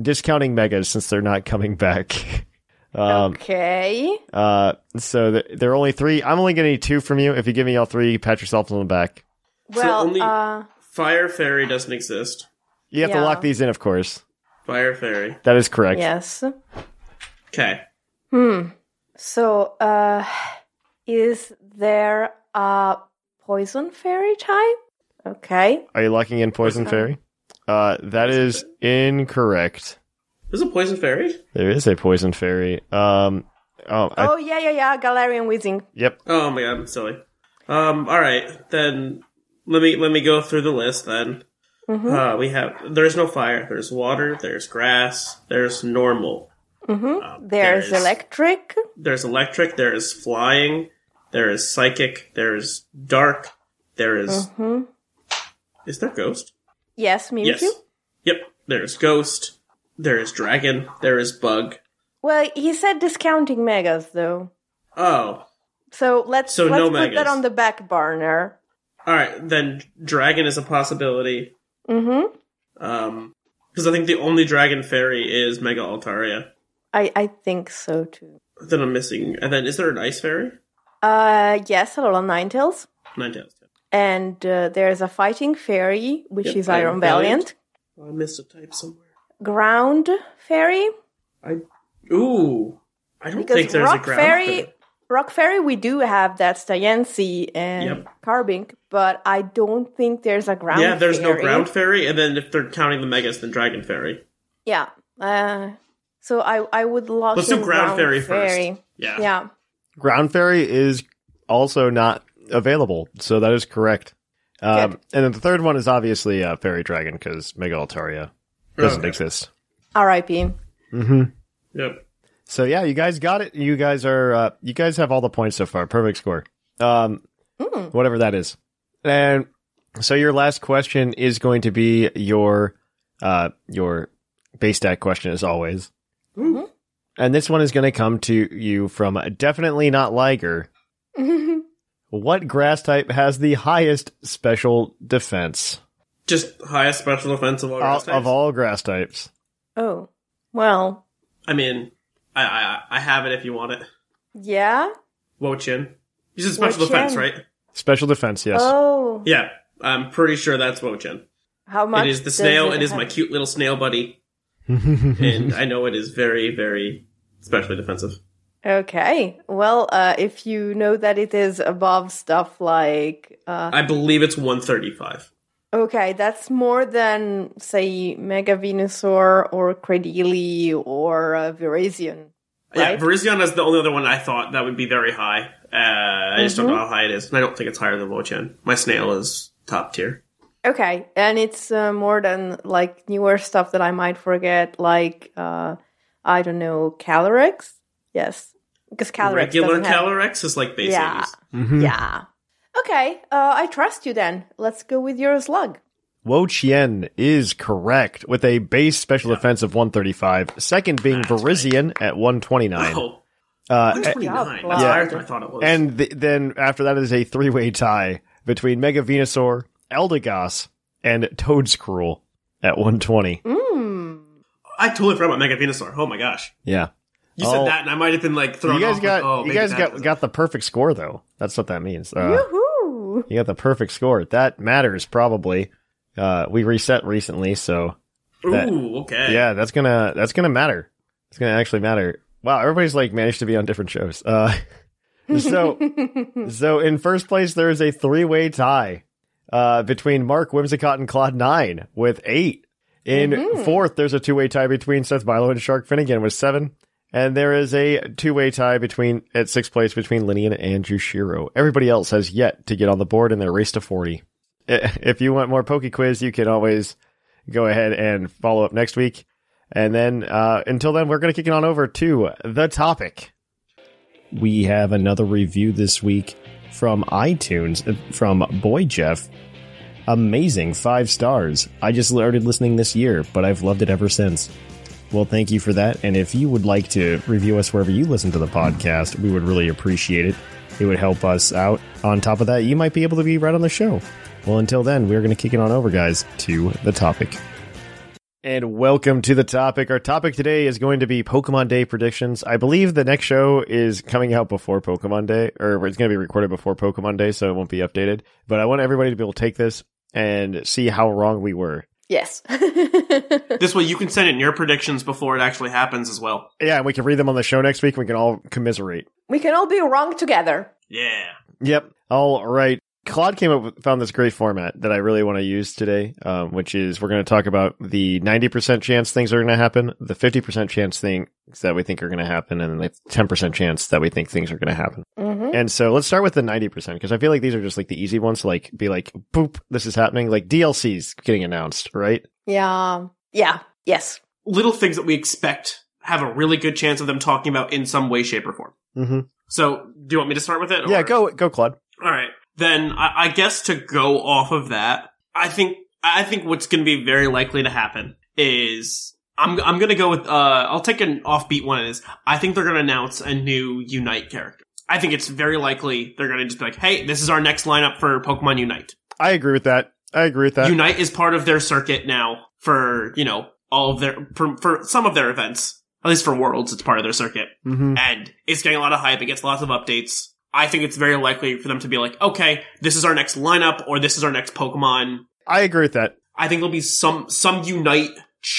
Speaker 3: Discounting megas since they're not coming back. Um,
Speaker 4: okay.
Speaker 3: uh, so th- there are only three. I'm only getting two from you. If you give me all three, pat yourself on the back.
Speaker 4: Well,
Speaker 5: only-
Speaker 4: uh,
Speaker 5: Fire Fairy doesn't exist.
Speaker 3: You have to
Speaker 4: Yeah.
Speaker 3: lock these in, of course.
Speaker 5: Fire Fairy.
Speaker 3: That is correct.
Speaker 4: yes.
Speaker 5: Okay.
Speaker 4: Hmm. So, uh, is there a poison fairy type? Okay.
Speaker 3: Are you locking in Poison
Speaker 4: Uh-huh.
Speaker 3: Fairy? Uh, that is incorrect.
Speaker 5: There's a Poison Fairy?
Speaker 3: There is a Poison Fairy. Um, oh, I,
Speaker 4: oh yeah, yeah, yeah. Galarian Weezing.
Speaker 3: yep.
Speaker 5: Oh my god, I'm silly. Um, alright, then let me let me go through the list then.
Speaker 4: Mhm.
Speaker 5: Uh, we have there's no fire, there's water, there's grass, there's normal,
Speaker 4: Mm-hmm.
Speaker 5: um,
Speaker 4: There's electric.
Speaker 5: there's electric, there is flying, there is psychic, there is dark, there is-
Speaker 4: Mm-hmm.
Speaker 5: is there ghost?
Speaker 4: Yes, Mimikyu.
Speaker 5: Yes. Yep, there's ghost, there is dragon, there is bug.
Speaker 4: Well, he said discounting megas though.
Speaker 5: Oh.
Speaker 4: So let's
Speaker 5: So
Speaker 4: let's
Speaker 5: no
Speaker 4: put that
Speaker 5: megas.
Speaker 4: on the back burner.
Speaker 5: Alright, then dragon is a possibility.
Speaker 4: Mm-hmm.
Speaker 5: Um because I think the only dragon fairy is Mega Altaria.
Speaker 4: I I think so too.
Speaker 5: Then I'm missing. And then is there an ice fairy?
Speaker 4: Uh, yes, Alolan Ninetales.
Speaker 5: Nine tails.
Speaker 4: And uh, there's a fighting fairy, which
Speaker 5: Yep,
Speaker 4: is
Speaker 5: Iron
Speaker 4: Iron
Speaker 5: Valiant.
Speaker 4: Valiant.
Speaker 5: Oh, I missed a type somewhere.
Speaker 4: Ground fairy,
Speaker 5: Ooh, I don't think
Speaker 4: because
Speaker 5: there's
Speaker 4: Rock
Speaker 5: a ground
Speaker 4: Fairy,
Speaker 5: fairy.
Speaker 4: Rock Fairy, we do have that Stayensi and
Speaker 5: Yep.
Speaker 4: Carbink, but I don't think there's a ground.
Speaker 5: yeah, there's
Speaker 4: fairy.
Speaker 5: no ground fairy, and then if they're counting the megas, then dragon fairy.
Speaker 4: Yeah. Uh, so I I would lock.
Speaker 5: Let's do
Speaker 4: in
Speaker 5: ground fairy first.
Speaker 4: Fairy.
Speaker 5: Yeah.
Speaker 4: Yeah.
Speaker 3: Ground Fairy is also not available. So that is correct. Um,
Speaker 4: Good.
Speaker 3: and then the third one is obviously uh, Fairy Dragon because Mega Altaria doesn't
Speaker 5: Okay.
Speaker 3: exist.
Speaker 4: R.I.P.
Speaker 3: Mm-hmm.
Speaker 5: Yep.
Speaker 3: So yeah, you guys got it. You guys are uh, you guys have all the points so far. Perfect score. Um,
Speaker 4: Mm.
Speaker 3: whatever that is. And so your last question is going to be your uh your base stat question as always.
Speaker 4: Mhm.
Speaker 3: And this one is going to come to you from definitely not Liger. What grass type has the highest special defense
Speaker 5: Just highest special offense of all.
Speaker 3: of,
Speaker 5: Oh, grass types.
Speaker 3: of all grass types?
Speaker 4: oh well,
Speaker 5: I mean, I, I I have it if you want it.
Speaker 4: yeah.
Speaker 5: Wochin. You said special
Speaker 4: Wochin.
Speaker 5: defense, right?
Speaker 3: Special defense, yes.
Speaker 4: Oh,
Speaker 5: Yeah, I'm pretty sure that's Wochin.
Speaker 4: how much?
Speaker 5: It is the
Speaker 4: does
Speaker 5: snail. It is
Speaker 4: have?
Speaker 5: my cute little snail buddy, and I know it is very very specially defensive.
Speaker 4: Okay. Well, uh, if you know that it is above stuff like. Uh,
Speaker 5: I believe it's 135.
Speaker 4: okay, that's more than, say, Mega Venusaur or Cradily or uh, Virizion.
Speaker 5: Yeah,
Speaker 4: Right.
Speaker 5: Virizion is the only other one I thought that would be very high. Uh, I just don't know
Speaker 4: Mm-hmm.
Speaker 5: how high it is, and I don't think it's higher than Wochen. My snail is top tier.
Speaker 4: Okay, and it's uh, more than like newer stuff that I might forget, like uh, I don't know, Calyrex. Yes, because Calyrex
Speaker 5: Regular
Speaker 4: doesn't have-
Speaker 5: Calyrex is like base
Speaker 4: Yeah.
Speaker 5: 80s.
Speaker 4: Yeah. Okay, uh, I trust you then. Let's go with your slug.
Speaker 3: Wo Chien is correct with a base special defense of 135, second being Verizian at 129.
Speaker 5: Oh,
Speaker 3: uh,
Speaker 5: 129.
Speaker 4: Yeah.
Speaker 5: That's higher than I thought it was.
Speaker 3: and th- then after that is a three way tie between Mega Venusaur, Eldegoss, and Toadscruel at 120.
Speaker 4: Mm.
Speaker 5: I totally forgot about Mega Venusaur. Oh my gosh.
Speaker 3: Yeah.
Speaker 5: You
Speaker 3: Oh.
Speaker 5: said that, and I might have been like thrown
Speaker 3: You guys
Speaker 5: off.
Speaker 3: got
Speaker 5: like, oh,
Speaker 3: you
Speaker 5: maybe
Speaker 3: guys
Speaker 5: that
Speaker 3: got
Speaker 5: was-
Speaker 3: got the perfect score though. That's what that means. Uh,
Speaker 4: Yoo-hoo.
Speaker 3: you got the perfect score. That matters probably. Uh, we reset recently, so that-
Speaker 5: Ooh, okay.
Speaker 3: yeah, that's gonna that's gonna matter. It's gonna actually matter. Wow, everybody's like managed to be on different shows. Uh, so so in first place there is a three way tie uh, between Mark Whimsicott and Claude Nine with eight. In fourth, there's a two way tie between Seth Milo and Shark Finnegan with seven. And there is a two way tie between at sixth place between Linny and Andrew Shiro. Everybody else has yet to get on the board in their race to forty. I- If you want more Poke Quiz, you can always go ahead and follow up next week. And then uh, until then, we're going to kick it on over to the topic. We have another review this week from iTunes uh, from Boy Jeff. Amazing five stars. I just started listening this year, but I've loved it ever since. Well, thank you for that. And if you would like to review us wherever you listen to the podcast, we would really appreciate it. It would help us out. On top of that, you might be able to be right on the show. Well, until then, we're going to kick it on over, guys, to the topic. And welcome to the topic. Our topic today is going to be Pokemon Day predictions. I believe the next show is coming out before Pokemon Day, or it's going to be recorded before Pokemon Day, so it won't be updated. But I want everybody to be able to take this and see how wrong we were.
Speaker 4: Yes.
Speaker 5: This way you can send in your predictions before it actually happens as well.
Speaker 3: Yeah, and we can read them on the show next week. We can all commiserate.
Speaker 4: we can all be wrong together.
Speaker 5: Yeah.
Speaker 3: Yep. All right. Claude came up with, found this great format that I really want to use today, um, which is we're going to talk about the 90% chance things are going to happen, the 50% chance things that we think are going to happen, and the 10% chance that we think things are going to happen.
Speaker 4: hmm
Speaker 3: And so let's start with the 90% because I feel like these are just like the easy ones to like be like, boop, this is happening. Like DLC's getting announced, right?
Speaker 4: Yeah. Yeah. Yes.
Speaker 5: Little things that we expect have a really good chance of them talking about in some way, shape, or form.
Speaker 3: Mm-hmm.
Speaker 5: So, do you want me to start with it?
Speaker 3: Yeah,
Speaker 5: or-
Speaker 3: go, go, Claude.
Speaker 5: All right. Then I, I guess to go off of that, I think I think what's going to be very likely to happen is I'm I'm going to go with uh I'll take an offbeat one. Is I think they're going to announce a new Unite character. I think it's very likely they're going to just be like, "Hey, this is our next lineup for Pokemon Unite."
Speaker 3: I agree with that. I agree with that.
Speaker 5: Unite is part of their circuit now for you know all of their for, for some of their events. At least for Worlds, it's part of their circuit
Speaker 3: mm-hmm.
Speaker 5: and it's getting a lot of hype. It gets lots of updates. I think it's very likely for them to be like, okay, this is our next lineup or this is our next Pokemon.
Speaker 3: I agree with that.
Speaker 5: I think there'll be some some Unite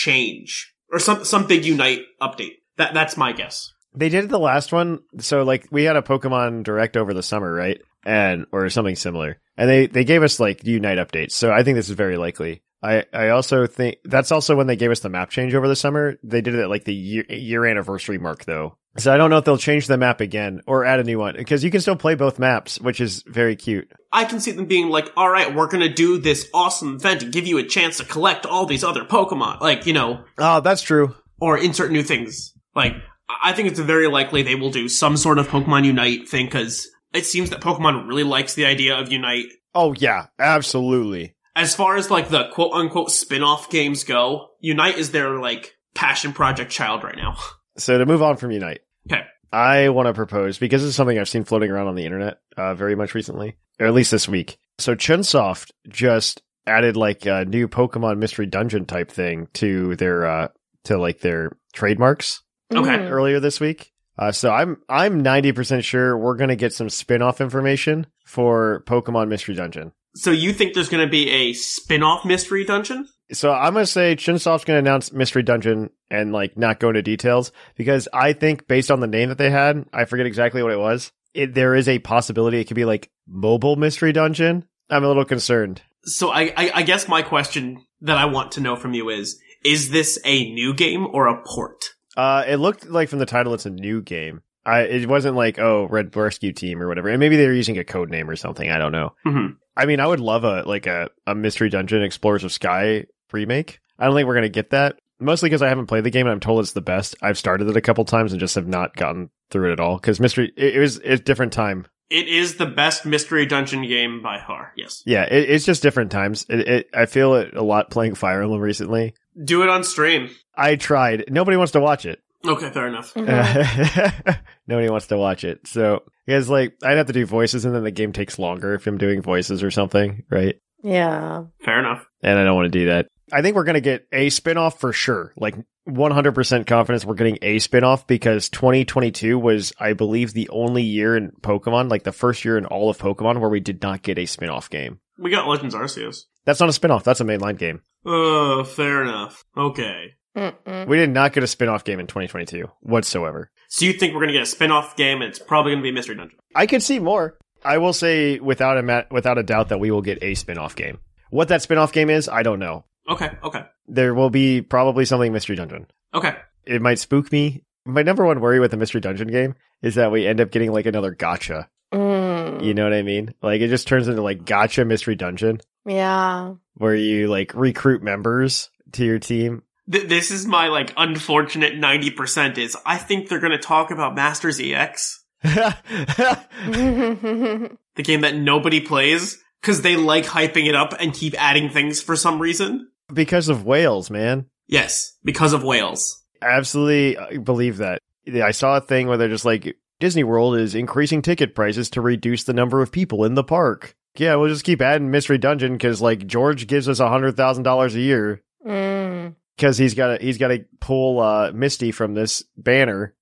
Speaker 5: change or some some big Unite update. That that's my guess.
Speaker 3: They did the last one. So like we had a Pokemon Direct over the summer, right? And or something similar. And they they gave us like Unite updates. So I think this is very likely. I I also think that's also when they gave us the map change over the summer. They did it at like the year, year anniversary mark though. So I don't know if they'll change the map again or add a new one because you can still play both maps, which is very cute.
Speaker 5: I can see them being like, all right, we're gonna do this awesome event and give you a chance to collect all these other Pokemon, like you know,
Speaker 3: Oh, that's true.
Speaker 5: or insert new things. Like I I think it's very likely they will do some sort of Pokemon Unite thing because it seems that Pokemon really likes the idea of Unite.
Speaker 3: Oh yeah, absolutely.
Speaker 5: as far as like the quote unquote spin off games go, Unite is their like passion project child right now.
Speaker 3: So to move on from Unite.
Speaker 5: Okay.
Speaker 3: I want to propose because this is something I've seen floating around on the internet uh, very much recently, or at least this week. So Chunsoft just added like a new Pokemon Mystery Dungeon type thing to their uh, to like their trademarks
Speaker 5: Okay.
Speaker 4: Mhm.
Speaker 3: earlier this week. Uh, so I'm I'm ninety percent sure we're gonna get some spin off information for Pokemon Mystery Dungeon.
Speaker 5: So you think there's going to be a spin off mystery dungeon?
Speaker 3: So I'm gonna say Chunsoft's gonna announce Mystery Dungeon and like not go into details because I think based on the name that they had, I forget exactly what it was. It, there is a possibility it could be like mobile Mystery Dungeon. I'm a little concerned.
Speaker 5: So I, I, I guess my question that I want to know from you is: Is this a new game or a port?
Speaker 3: Uh, it looked like from the title it's a new game. I it wasn't like oh Red Rescue Team or whatever, and maybe they're using a code name or something. I don't know.
Speaker 5: Mhm.
Speaker 3: I mean, I would love a like a, a Mystery Dungeon Explorers of Sky remake. I don't think we're gonna get that. Mostly because I haven't played the game and I'm told it's the best. I've started it a couple times and just have not gotten through it at all. Because mystery, it, it was it's different time.
Speaker 5: It is the best mystery dungeon game by far. Yes.
Speaker 3: Yeah, it, it's just different times. It, it, I feel it a lot playing Fire Emblem recently.
Speaker 5: Do it on stream.
Speaker 3: I tried. Nobody wants to watch it.
Speaker 5: Okay, fair enough.
Speaker 4: Mm-hmm.
Speaker 3: Uh, nobody wants to watch it. So because like I'd have to do voices and then the game takes longer if I'm doing voices or something, right?
Speaker 4: Yeah.
Speaker 5: Fair enough.
Speaker 3: And I don't want to do that. I think we're gonna get a spinoff for sure. Like 100% confidence we're getting a spinoff because 2022 was, I believe, the only year in Pokemon, like the first year in all of Pokemon, where we did not get a spinoff game.
Speaker 5: We got Legends Arceus.
Speaker 3: That's not a spinoff. That's a mainline game.
Speaker 5: Oh, fair enough. Okay.
Speaker 4: Mm-mm.
Speaker 3: We did not get a spinoff game in 2022 whatsoever.
Speaker 5: So you think we're gonna get a spin-off game and it's probably gonna be Mystery Dungeon.
Speaker 3: I could see more. I will say without a ma- without a doubt that we will get a spin-off game. What that spin-off game is, I don't know.
Speaker 5: Okay, okay.
Speaker 3: There will be probably something mystery dungeon.
Speaker 5: Okay.
Speaker 3: It might spook me. My number one worry with the mystery dungeon game is that we end up getting like another gotcha.
Speaker 4: Mm.
Speaker 3: You know what I mean? Like it just turns into like gotcha mystery dungeon
Speaker 4: Yeah.
Speaker 3: where you like recruit members to your team.
Speaker 5: Th- this is my like unfortunate 90% is I think they're gonna talk about Masters E EX, the game that nobody plays, because they like hyping it up and keep adding things for some reason.
Speaker 3: because of whales, man.
Speaker 5: Yes, because of whales.
Speaker 3: I absolutely uh, believe that. I saw a thing where they're just like Disney World is increasing ticket prices to reduce the number of people in the park. Yeah, we'll just keep adding Mystery Dungeon because like George gives us hundred thousand dollars a year
Speaker 4: Mm.
Speaker 3: because he's got to he's got to pull uh, Misty from this banner.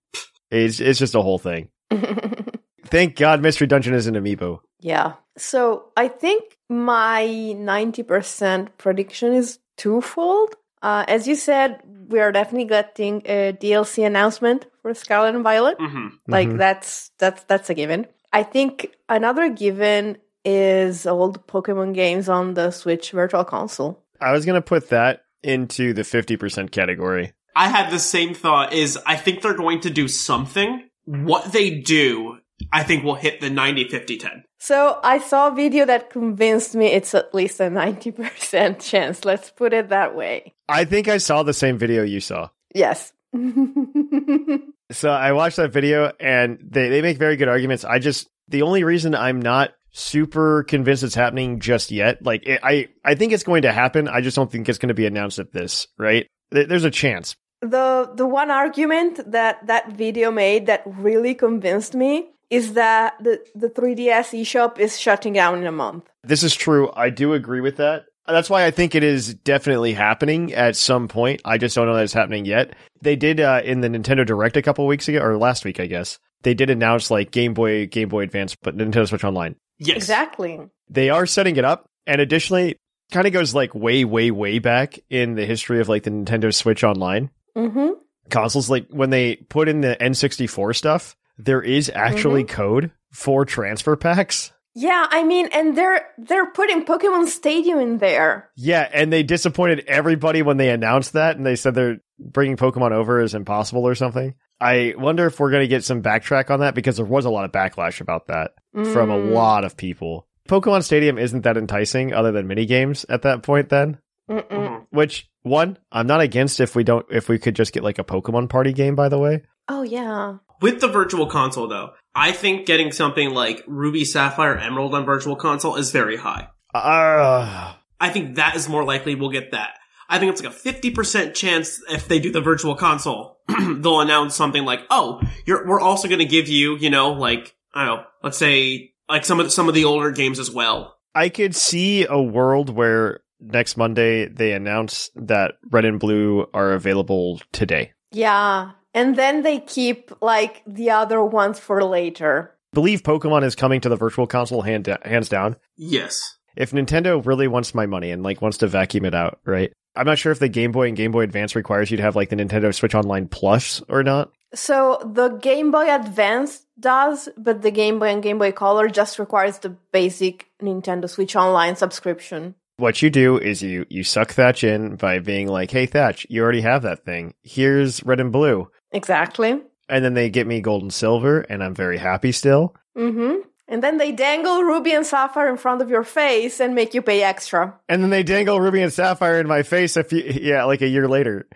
Speaker 3: It's it's just a whole thing. Thank God Mystery Dungeon is an amiibo.
Speaker 4: yeah. So I think my 90% prediction is twofold. Uh, as you said, we are definitely getting a DLC announcement for Scarlet and Violet.
Speaker 5: hmm
Speaker 4: Like
Speaker 3: Mhm.
Speaker 4: that's that's that's a given. I think another given is old Pokemon games on the Switch Virtual Console.
Speaker 3: I was gonna put that into the fifty percent category.
Speaker 5: I had the same thought is I think they're going to do something. What they do, I think will hit the 90 50 10.
Speaker 4: So I saw a video that convinced me it's at least a 90% chance. Let's put it that way.
Speaker 3: I think I saw the same video you saw.
Speaker 4: Yes.
Speaker 3: So I watched that video and they, they make very good arguments. I just, the only reason I'm not super convinced it's happening just yet, like it, I, I think it's going to happen. I just don't think it's going to be announced at this, right? There- There's a chance.
Speaker 4: the the one argument that that video made that really convinced me is that the the 3DS eShop is shutting down in a month.
Speaker 3: This is true. I do agree with that. That's why I think it is definitely happening at some point. I just don't know that it's happening yet. They did uh, in the Nintendo Direct a couple weeks ago, or last week, I guess. They did announce like Game Boy, Game Boy Advance, but Nintendo Switch Online.
Speaker 5: Yes.
Speaker 4: Exactly.
Speaker 3: they are setting it up and additionally kind of goes like way way way back in the history of like the nintendo switch online
Speaker 4: Mhm.
Speaker 3: consoles like when they put in the n64 stuff there is actually code for transfer packs
Speaker 4: Yeah, I mean and they're they're putting Pokemon Stadium in there.
Speaker 3: yeah and they disappointed everybody when they announced that and they said they're bringing pokemon over is impossible or something i wonder if we're going to get some backtrack on that because there was a lot of backlash about that from a
Speaker 4: Mm.
Speaker 3: lot of people pokemon stadium isn't that enticing other than mini games at that point then
Speaker 4: Mm-mm.
Speaker 5: Mhm.
Speaker 3: Which one? I'm not against if we don't if we could just get like a Pokemon party game. By the way,
Speaker 4: Oh yeah.
Speaker 5: With the virtual console, though, I think getting something like Ruby, Sapphire, Emerald on virtual console is very high.
Speaker 3: uh,
Speaker 5: I think that is more likely we'll get that. I think it's like a 50% chance if they do the virtual console, they'll announce something like, oh, you're, we're also going to give you, you know, like, I don't know, let's say, like some of, some of the older games as well.
Speaker 3: I could see a world where next Monday they announce that Red and Blue are available today.
Speaker 4: Yeah. And then they keep like the other ones for later.
Speaker 3: Believe Pokemon is coming to the Virtual Console hand hands down.
Speaker 5: Yes.
Speaker 3: If Nintendo really wants my money and like wants to vacuum it out, right? I'm not sure if the Game Boy and Game Boy Advance requires you to have like the Nintendo Switch Online Plus or not.
Speaker 4: So the Game Boy Advance does, but the Game Boy and Game Boy Color just requires the basic Nintendo Switch Online subscription.
Speaker 3: What you do is you you suck Thatch in by being like, "Hey Thatch, you already have that thing. Here's Red and Blue."
Speaker 4: Exactly.
Speaker 3: And then they get me Gold and Silver and I'm very happy still.
Speaker 4: Mm-hmm. And then they dangle Ruby and Sapphire in front of your face and make you pay extra.
Speaker 3: And then they dangle Ruby and Sapphire in my face a few yeah, like a year later.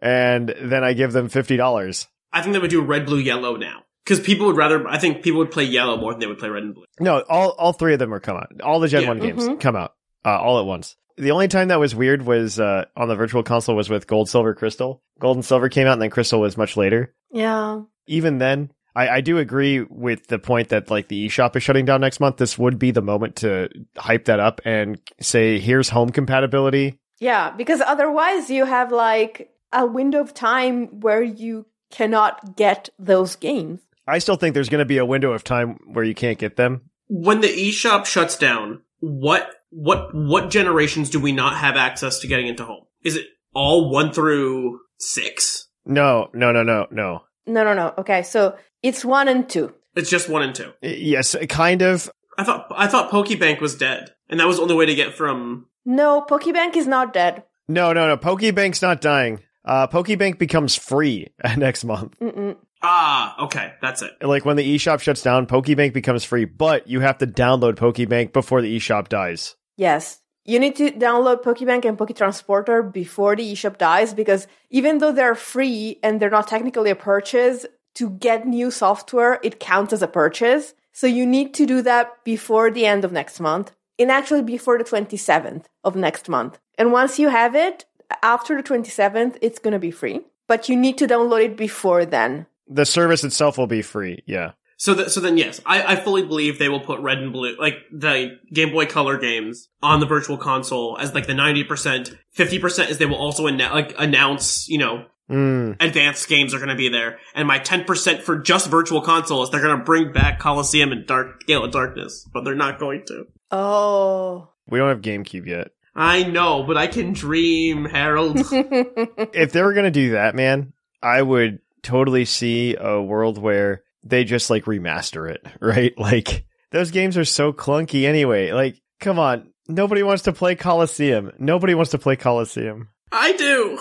Speaker 3: And then I give them $50.
Speaker 5: I think they would do red, blue, yellow now. Because people would rather, I think people would play yellow more than they would play red and blue.
Speaker 3: No, all all three of them are come out. All the Gen
Speaker 5: Yeah.
Speaker 3: 1 games come out uh, all at once. The only time that was weird was uh, on the virtual console was with Gold, Silver, Crystal. Gold and Silver came out and then Crystal was much later.
Speaker 4: Yeah.
Speaker 3: Even then, I, I do agree with the point that like the eShop is shutting down next month. This would be the moment to hype that up and say, here's home compatibility.
Speaker 4: Yeah, because otherwise you have like a window of time where you cannot get those games.
Speaker 3: I still think there's going to be a window of time where you can't get them.
Speaker 5: When the eShop shuts down, what what what generations do we not have access to getting into home? Is it all one through six?
Speaker 3: No, no, no, no, no.
Speaker 4: No, no, no. Okay, so it's one and two.
Speaker 5: It's just one and two.
Speaker 3: Yes, kind of.
Speaker 5: I thought I thought Pokebank was dead, and that was the only way to get from.
Speaker 4: No, Pokebank is not dead.
Speaker 3: No, no, no. Pokebank's not dying. Uh, Pokebank becomes free next month.
Speaker 4: Mm-mm.
Speaker 5: Ah, okay, that's it.
Speaker 3: Like when the eShop shuts down, Pokebank becomes free, but you have to download Pokebank before the eShop dies.
Speaker 4: Yes. You need to download Pokebank and Poketransporter before the eShop dies because even though they're free and they're not technically a purchase, to get new software, it counts as a purchase. So you need to do that before the end of next month and actually before the 27th of next month. And once you have it, after the 27th, it's going to be free, but you need to download it before then.
Speaker 3: The service itself will be free. Yeah.
Speaker 5: So that so then yes, I, I fully believe they will put red and blue like the Game Boy Color games on the Virtual Console as like the ninety percent, fifty percent is they will also annou- like announce you know
Speaker 3: Mm.
Speaker 5: advanced games are going to be there, and my ten percent for just Virtual Console is they're going to bring back Coliseum and Dark Gale of Darkness, but they're not going to.
Speaker 4: Oh.
Speaker 3: We don't have GameCube yet.
Speaker 5: I know, but I can dream, Harold.
Speaker 3: if they were going to do that, man, I would totally see a world where they just like remaster it, right? Like those games are so clunky anyway. Like, come on. Nobody wants to play Coliseum. Nobody wants to play Coliseum.
Speaker 5: I do.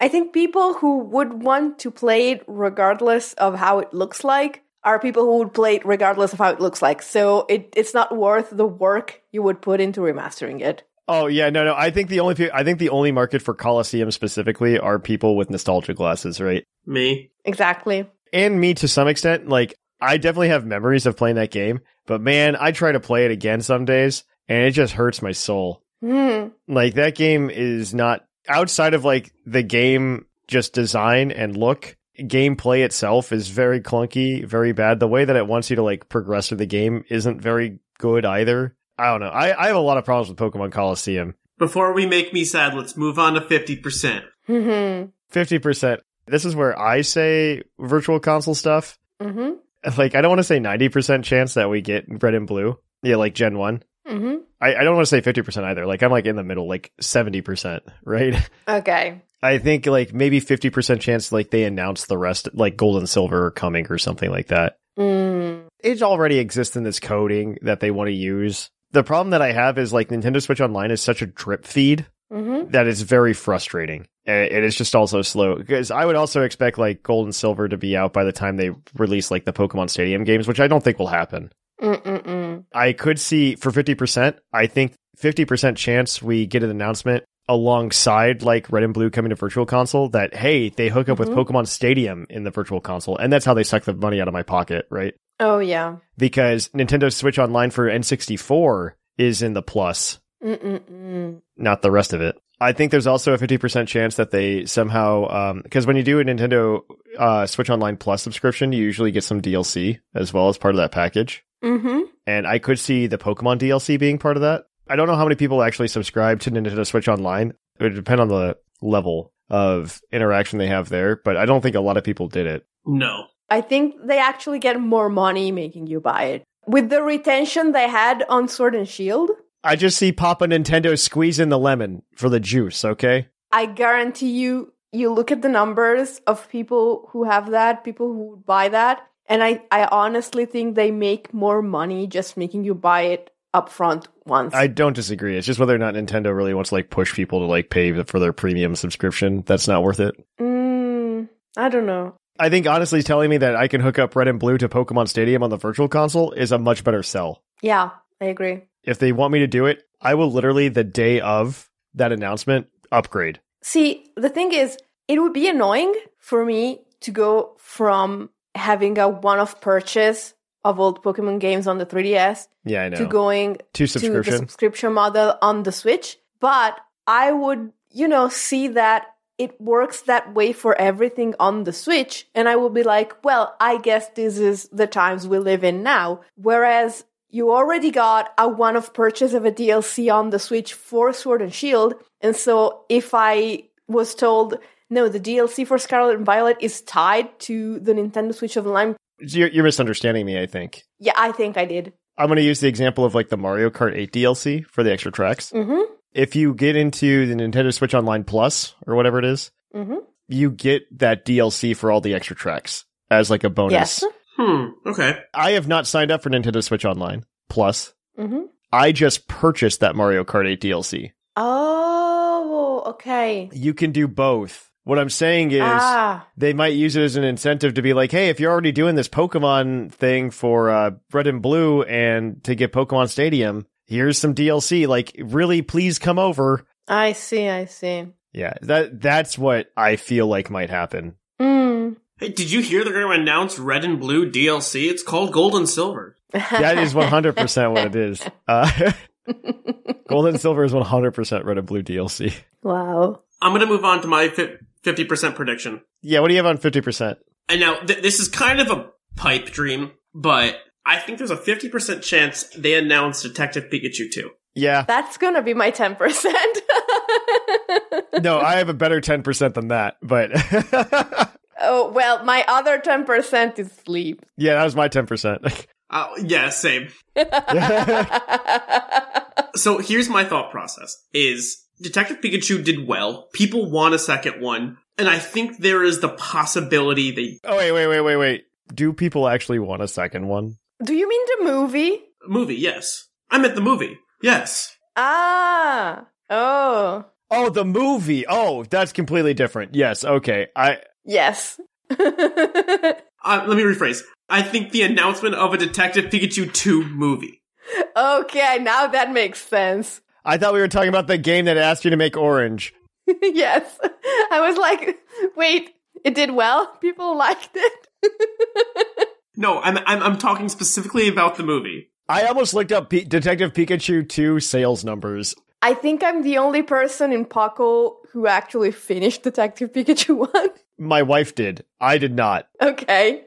Speaker 4: I think people who would want to play it regardless of how it looks like are people who would play it regardless of how it looks like. So it, it's not worth the work you would put into remastering it.
Speaker 3: Oh yeah, no, no. I think the only pe- I think the only market for Coliseum specifically are people with nostalgia glasses, right?
Speaker 5: Me.
Speaker 4: Exactly.
Speaker 3: And me to some extent. Like I definitely have memories of playing that game, but man, I try to play it again some days, and it just hurts my soul.
Speaker 4: Hmm.
Speaker 3: Like that game is not outside of like the game just design and look. Gameplay itself is very clunky, very bad. The way that it wants you to like progress through the game isn't very good either. I don't know. I, I have a lot of problems with Pokemon Coliseum.
Speaker 5: Before we make me sad, let's move on to fifty percent.
Speaker 4: Hmm.
Speaker 3: 50%. This is where I say virtual console stuff.
Speaker 4: Hmm.
Speaker 3: Like, I don't want to say 90% chance that we get red and blue. Yeah, like Gen 1.
Speaker 4: Hmm.
Speaker 3: I, I don't want to say 50% either. Like, I'm like in the middle, like 70%, right?
Speaker 4: Okay.
Speaker 3: I think like maybe 50% chance like they announce the rest, like gold and silver are coming or something like that.
Speaker 4: Mm.
Speaker 3: It already exists in this coding that they want to use. The problem that I have is like Nintendo Switch Online is such a drip feed
Speaker 4: Hmm.
Speaker 3: that is very frustrating. And it is just also slow because I would also expect like gold and silver to be out by the time they release like the Pokemon Stadium games, which I don't think will happen.
Speaker 4: Mm.
Speaker 3: I could see for 50%, I think 50% chance we get an announcement alongside like Red and Blue coming to Virtual Console that, hey, they hook up
Speaker 4: Mhm.
Speaker 3: with Pokemon Stadium in the Virtual Console. And that's how they suck the money out of my pocket, right?
Speaker 4: Oh yeah.
Speaker 3: Because Nintendo Switch Online for N64 is in the plus,
Speaker 4: Mm.
Speaker 3: not the rest of it. I think there's also a 50% chance that they somehow, because when you do a Nintendo uh, Switch Online Plus subscription, you usually get some DLC as well as part of that package
Speaker 4: Hmm.
Speaker 3: and I could see the Pokemon DLC being part of that. I don't know how many people actually subscribe to Nintendo Switch Online. It would depend on the level of interaction they have there, but I don't think a lot of people did it.
Speaker 5: No.
Speaker 4: I think they actually get more money making you buy it with the retention they had on Sword and Shield.
Speaker 3: I just see Papa Nintendo squeezing the lemon for the juice, okay?
Speaker 4: I guarantee you, you look at the numbers of people who have that, people who would buy that, and I, I honestly think they make more money just making you buy it upfront once.
Speaker 3: I don't disagree. It's just whether or not Nintendo really wants to like push people to like pay for their premium subscription. That's not worth it.
Speaker 4: mm, I don't know.
Speaker 3: I think honestly telling me that I can hook up Red and Blue to Pokemon Stadium on the virtual console is a much better sell.
Speaker 4: Yeah, I agree.
Speaker 3: If they want me to do it, I will literally the day of that announcement upgrade.
Speaker 4: See, the thing is, it would be annoying for me to go from having a one off purchase of old Pokemon games on the 3DS
Speaker 3: Yeah, I know.
Speaker 4: to going
Speaker 3: to
Speaker 4: to the
Speaker 3: subscription.
Speaker 4: subscription model on the Switch, but I would, you know, see that it works that way for everything on the Switch, and I will be like, well, I guess this is the times we live in now. Whereas you already got a one off purchase of a DLC on the Switch for Sword and Shield, and so if I was told, no, the DLC for Scarlet and Violet is tied to the Nintendo Switch Online,
Speaker 3: you're, you're misunderstanding me, I think.
Speaker 4: yeah, I think I did.
Speaker 3: I'm going to use the example of like the Mario Kart 8 DLC for the extra tracks.
Speaker 4: Mm
Speaker 3: If you get into the Nintendo Switch Online Plus or whatever it is,
Speaker 4: hmm. Mm hmm.
Speaker 3: you get that DLC for all the extra tracks as like a bonus.
Speaker 4: Yes.
Speaker 5: Hmm. Okay.
Speaker 3: I have not signed up for Nintendo Switch Online Plus.
Speaker 4: Mm hmm.
Speaker 3: I just purchased that Mario Kart 8 DLC.
Speaker 4: Oh, okay.
Speaker 3: You can do both. What I'm saying is
Speaker 4: ah,
Speaker 3: they might use it as an incentive to be like, hey, if you're already doing this Pokemon thing for uh, Red and Blue and to get Pokemon Stadium, here's some DLC. Like, really, please come over.
Speaker 4: I see. I see.
Speaker 3: Yeah, that that's what I feel like might happen.
Speaker 4: Mm.
Speaker 5: Hey, did you hear they're going to announce Red and Blue DLC? It's called Gold and Silver.
Speaker 3: That is 100% what it is. Uh, Gold and Silver is 100% Red and Blue DLC.
Speaker 4: wow.
Speaker 5: I'm going to move on to my fif- 50% prediction.
Speaker 3: Yeah, what do you have on 50%?
Speaker 5: And now, th- this is kind of a pipe dream, but I think there's a 50% chance they announce Detective Pikachu 2.
Speaker 3: Yeah,
Speaker 4: That's gonna be my ten percent.
Speaker 3: no, I have a better 10% than that, but
Speaker 4: oh well, my other ten percent is sleep.
Speaker 3: yeah, that was my 10%.
Speaker 5: Uh, yeah, same. So here's my thought process is Detective Pikachu did well. People want a second one. And I think there is the possibility they
Speaker 3: Oh wait, wait, wait, wait, wait. Do people actually want a second one?
Speaker 4: Do you mean the movie?
Speaker 5: movie. Yes. I'm at the movie. Yes.
Speaker 4: Ah. Oh.
Speaker 3: Oh, the movie. Oh, that's completely different. Yes. Okay. I
Speaker 4: Yes.
Speaker 5: Uh, let me rephrase. I think the announcement of a Detective Pikachu 2 movie.
Speaker 4: okay, now that makes sense.
Speaker 3: I thought we were talking about the game that asked you to make orange.
Speaker 4: yes. I was like, wait, it did well? People liked it?
Speaker 5: No, I'm, I'm, I'm talking specifically about the movie.
Speaker 3: I almost looked up P- Detective Pikachu 2 sales numbers.
Speaker 4: I think I'm the only person in Paco who actually finished Detective Pikachu 1.
Speaker 3: My wife did. I did not.
Speaker 4: okay.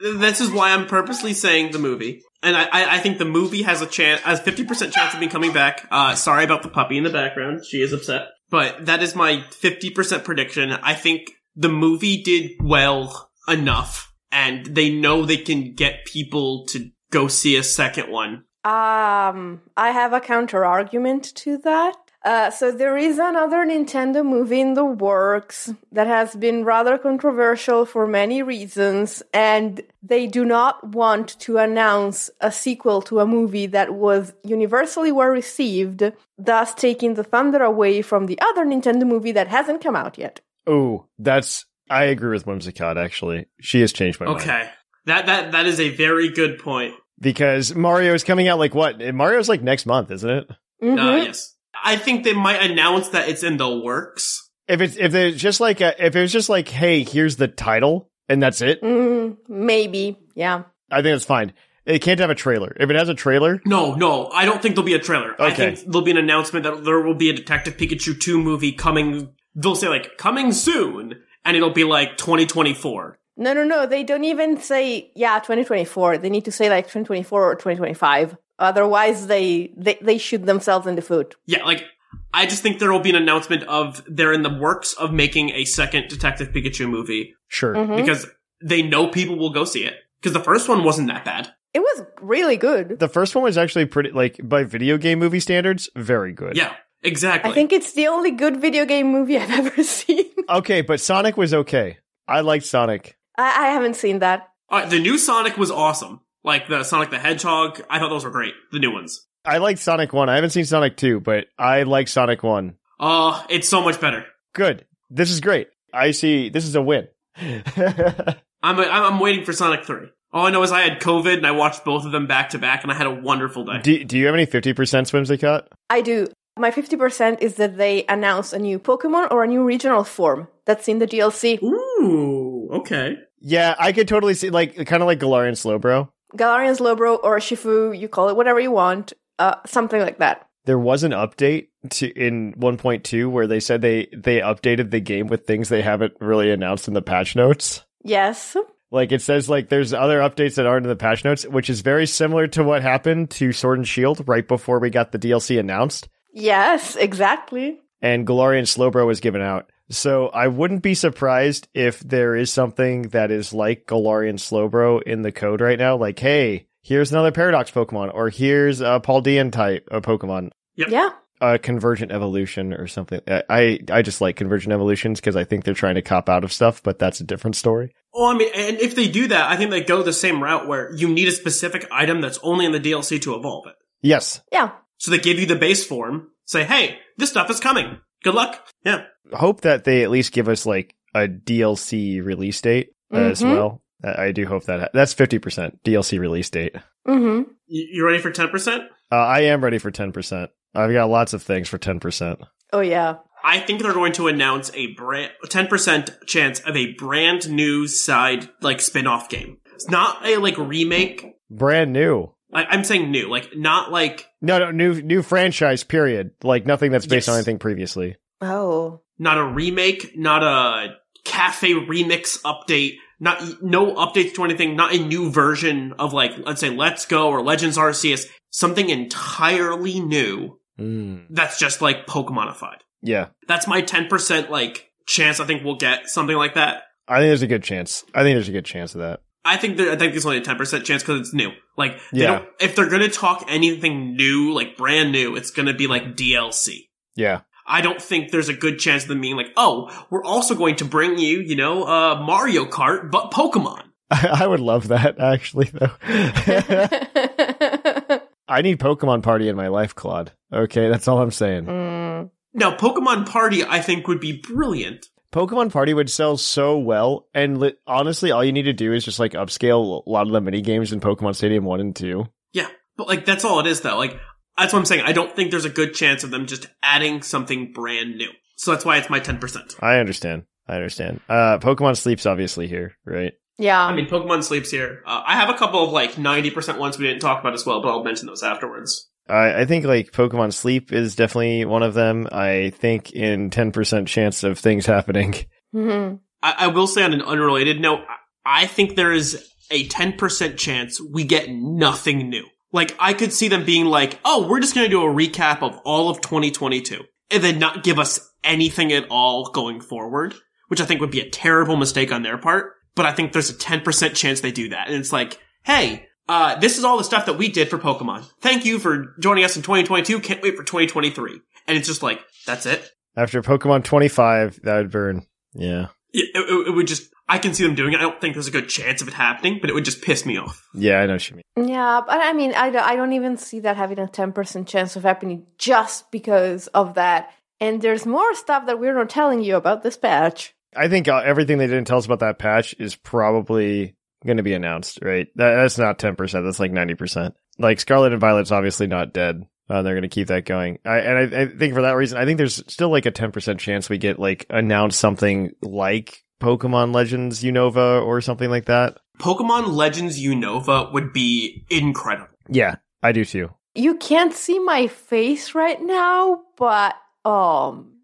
Speaker 5: This is why I'm purposely saying the movie. And I, I, I think the movie has a chance, has 50% chance of me coming back. Uh, sorry about the puppy in the background. She is upset. But that is my 50% prediction. I think the movie did well enough and they know they can get people to go see a second one.
Speaker 4: um, I have a counter argument to that. Uh, so there is another Nintendo movie in the works that has been rather controversial for many reasons, and they do not want to announce a sequel to a movie that was universally well received, thus taking the thunder away from the other Nintendo movie that hasn't come out yet.
Speaker 3: Ooh, that's I agree with Whimsicott actually. She has changed my mind.
Speaker 5: Okay. That, that, that is a very good point. Uh,
Speaker 3: Because Mario is coming out like what? Mario's like next month, isn't it?
Speaker 5: Uh,
Speaker 4: Mhm.
Speaker 5: yes. I think they might announce that it's in the works.
Speaker 3: If it's if it's just like a, if it was just like, "Hey, here's the title." And that's it.
Speaker 4: Mm, maybe, yeah.
Speaker 3: I think that's fine. It can't have a trailer. If it has a trailer,
Speaker 5: No, no, I don't think there'll be a trailer. I
Speaker 3: Okay.
Speaker 5: think there'll be an announcement that there will be a Detective Pikachu 2 movie coming. They'll say, like, coming soon, and it'll be like 2024.
Speaker 4: No, no, no. They don't even say yeah, 2024. They need to say like 2024 or 2025. Otherwise, they they, they shoot themselves in the foot.
Speaker 5: Yeah, like, I just think there will be an announcement of they're in the works of making a second Detective Pikachu movie
Speaker 3: sure.
Speaker 4: Mhm.
Speaker 5: because they know people will go see it. Because the first one wasn't that bad.
Speaker 4: It was really good.
Speaker 3: The first one was actually pretty, like by video game movie standards, very good.
Speaker 5: Yeah. Exactly.
Speaker 4: I think it's the only good video game movie I've ever seen.
Speaker 3: Okay, but Sonic was okay. I liked Sonic.
Speaker 4: I, I haven't seen that.
Speaker 5: Uh, the new Sonic was awesome. Like the Sonic the Hedgehog, I thought those were great. The new ones.
Speaker 3: I liked Sonic 1. I haven't seen Sonic 2, but I like Sonic 1.
Speaker 5: Oh, it's so much better.
Speaker 3: Good. This is great. I see. This is a win.
Speaker 5: I'm I'm I'm waiting for Sonic Three. All I know is I had COVID and I watched both of them back to back, and I had a wonderful day.
Speaker 3: do, do you have any 50% swims they caught?
Speaker 4: I do. My 50% is that they announce a new Pokemon or a new regional form that's in the DLC.
Speaker 5: Ooh, okay.
Speaker 3: Yeah, I could totally see, like, kind of like Galarian Slowbro.
Speaker 4: Galarian Slowbro or Shifu, you call it whatever you want, uh, something like that.
Speaker 3: There was an update to in 1.2 where they said they, they updated the game with things they haven't really announced in the patch notes.
Speaker 4: Yes.
Speaker 3: Like it says, like there's other updates that aren't in the patch notes, which is very similar to what happened to Sword and Shield right before we got the DLC announced,
Speaker 4: Yes, exactly.
Speaker 3: and Galarian Slowbro was given out. So I wouldn't be surprised if there is something that is like Galarian Slowbro in the code right now, like hey, here's another Paradox Pokemon, or here's a Paldean type of Pokemon,
Speaker 5: Yep.
Speaker 4: Yeah.
Speaker 3: a Convergent Evolution or something. I I, I just like Convergent Evolutions because I think they're trying to cop out of stuff, but that's a different story.
Speaker 5: Well, I mean, and if they do that, I think they go the same route where you need a specific item that's only in the DLC to evolve it.
Speaker 3: Yes,
Speaker 4: Yeah.
Speaker 5: So they give you the base form, say, hey, this stuff is coming. Good luck. Yeah.
Speaker 3: hope that they at least give us like a DLC release date as
Speaker 4: Mhm.
Speaker 3: well. I I do hope that that's fifty percent DLC release date.
Speaker 4: Mm-hmm.
Speaker 5: Y- You ready for 10%?
Speaker 3: Uh, I am ready for ten percent. I've got lots of things for ten percent.
Speaker 4: Oh, yeah.
Speaker 5: I think they're going to announce a brand, 10% chance of a brand new side, like, spin off game. It's not a, like, remake.
Speaker 3: Brand new,
Speaker 5: I- I'm saying new, like, not like,
Speaker 3: no, no, new new franchise. Period. Like nothing that's based
Speaker 5: Yes.
Speaker 3: on anything previously.
Speaker 4: Oh.
Speaker 5: not a remake, not a cafe remix update, not no updates to anything, not a new version of like let's say Let's Go or Legends Arceus, something entirely new
Speaker 3: Mm.
Speaker 5: that's just like Pokemonified.
Speaker 3: Yeah,
Speaker 5: That's my 10% like chance I think we'll get something like that.
Speaker 3: I think there's a good chance. I think there's a good chance of that.
Speaker 5: I think there, I think there's only a 10% chance cuz it's new. Like they
Speaker 3: Yeah.
Speaker 5: don't, if they're going to talk anything new, like brand new, it's going to be like DLC.
Speaker 3: Yeah,
Speaker 5: I don't think there's a good chance of them being like, oh, we're also going to bring you, you know, uh, Mario Kart, but Pokemon.
Speaker 3: I, I would love that actually. Though,
Speaker 4: mm.
Speaker 3: I need Pokemon Party in my life, Claude. Okay, that's all I'm saying.
Speaker 4: Mm,
Speaker 5: Now, Pokemon Party, I think, would be brilliant.
Speaker 3: Pokemon Party would sell so well, and li- honestly, all you need to do is just like upscale a lot of the mini games in Pokemon Stadium One and Two.
Speaker 5: Yeah, but like that's all it is, though. Like that's what I'm saying. I don't think there's a good chance of them just adding something brand new. So that's why it's my ten percent.
Speaker 3: I understand. I understand. Uh, Pokemon Sleep's obviously here, right?
Speaker 4: yeah.
Speaker 5: I mean, Pokemon sleeps here. Uh, I have a couple of like ninety percent ones we didn't talk about as well, but I'll mention those afterwards.
Speaker 3: I, I think like Pokemon Sleep is definitely one of them. I think in ten percent chance of things happening.
Speaker 4: Mhm.
Speaker 5: I, I will say on an unrelated note, I, I think there is a ten percent chance we get nothing new. Like I could see them being like, "Oh, we're just going to do a recap of all of 2022," and then not give us anything at all going forward, which I think would be a terrible mistake on their part. But I think there's a ten percent chance they do that, and it's like, "Hey." Uh, this is all the stuff that we did for Pokemon. Thank you for joining us in 2022. Can't wait for 2023. And it's just like, that's it.
Speaker 3: After Pokemon Twenty Five, that would burn. Yeah,
Speaker 5: It, it, it would just. I can see them doing it. I don't think there's a good chance of it happening, but it would just piss me off.
Speaker 3: yeah, I know what you mean.
Speaker 4: Yeah, but I mean, I, don't- I don't even see that having a 10% chance of happening just because of that. And there's more stuff that we're not telling you about this patch.
Speaker 3: I think uh, everything they didn't tell us about that patch is probably going to be announced, right? That, that's not 10%. That's like 90%. Like Scarlet and Violet's obviously not dead. Uh, they're going to keep that going. I, and I, I think for that reason, I think there's still like a 10% chance we get like announced something like Pokemon Legends Unova or something like that.
Speaker 5: Pokemon Legends Unova would be incredible.
Speaker 3: Yeah, I do too.
Speaker 4: You can't see my face right now, but um,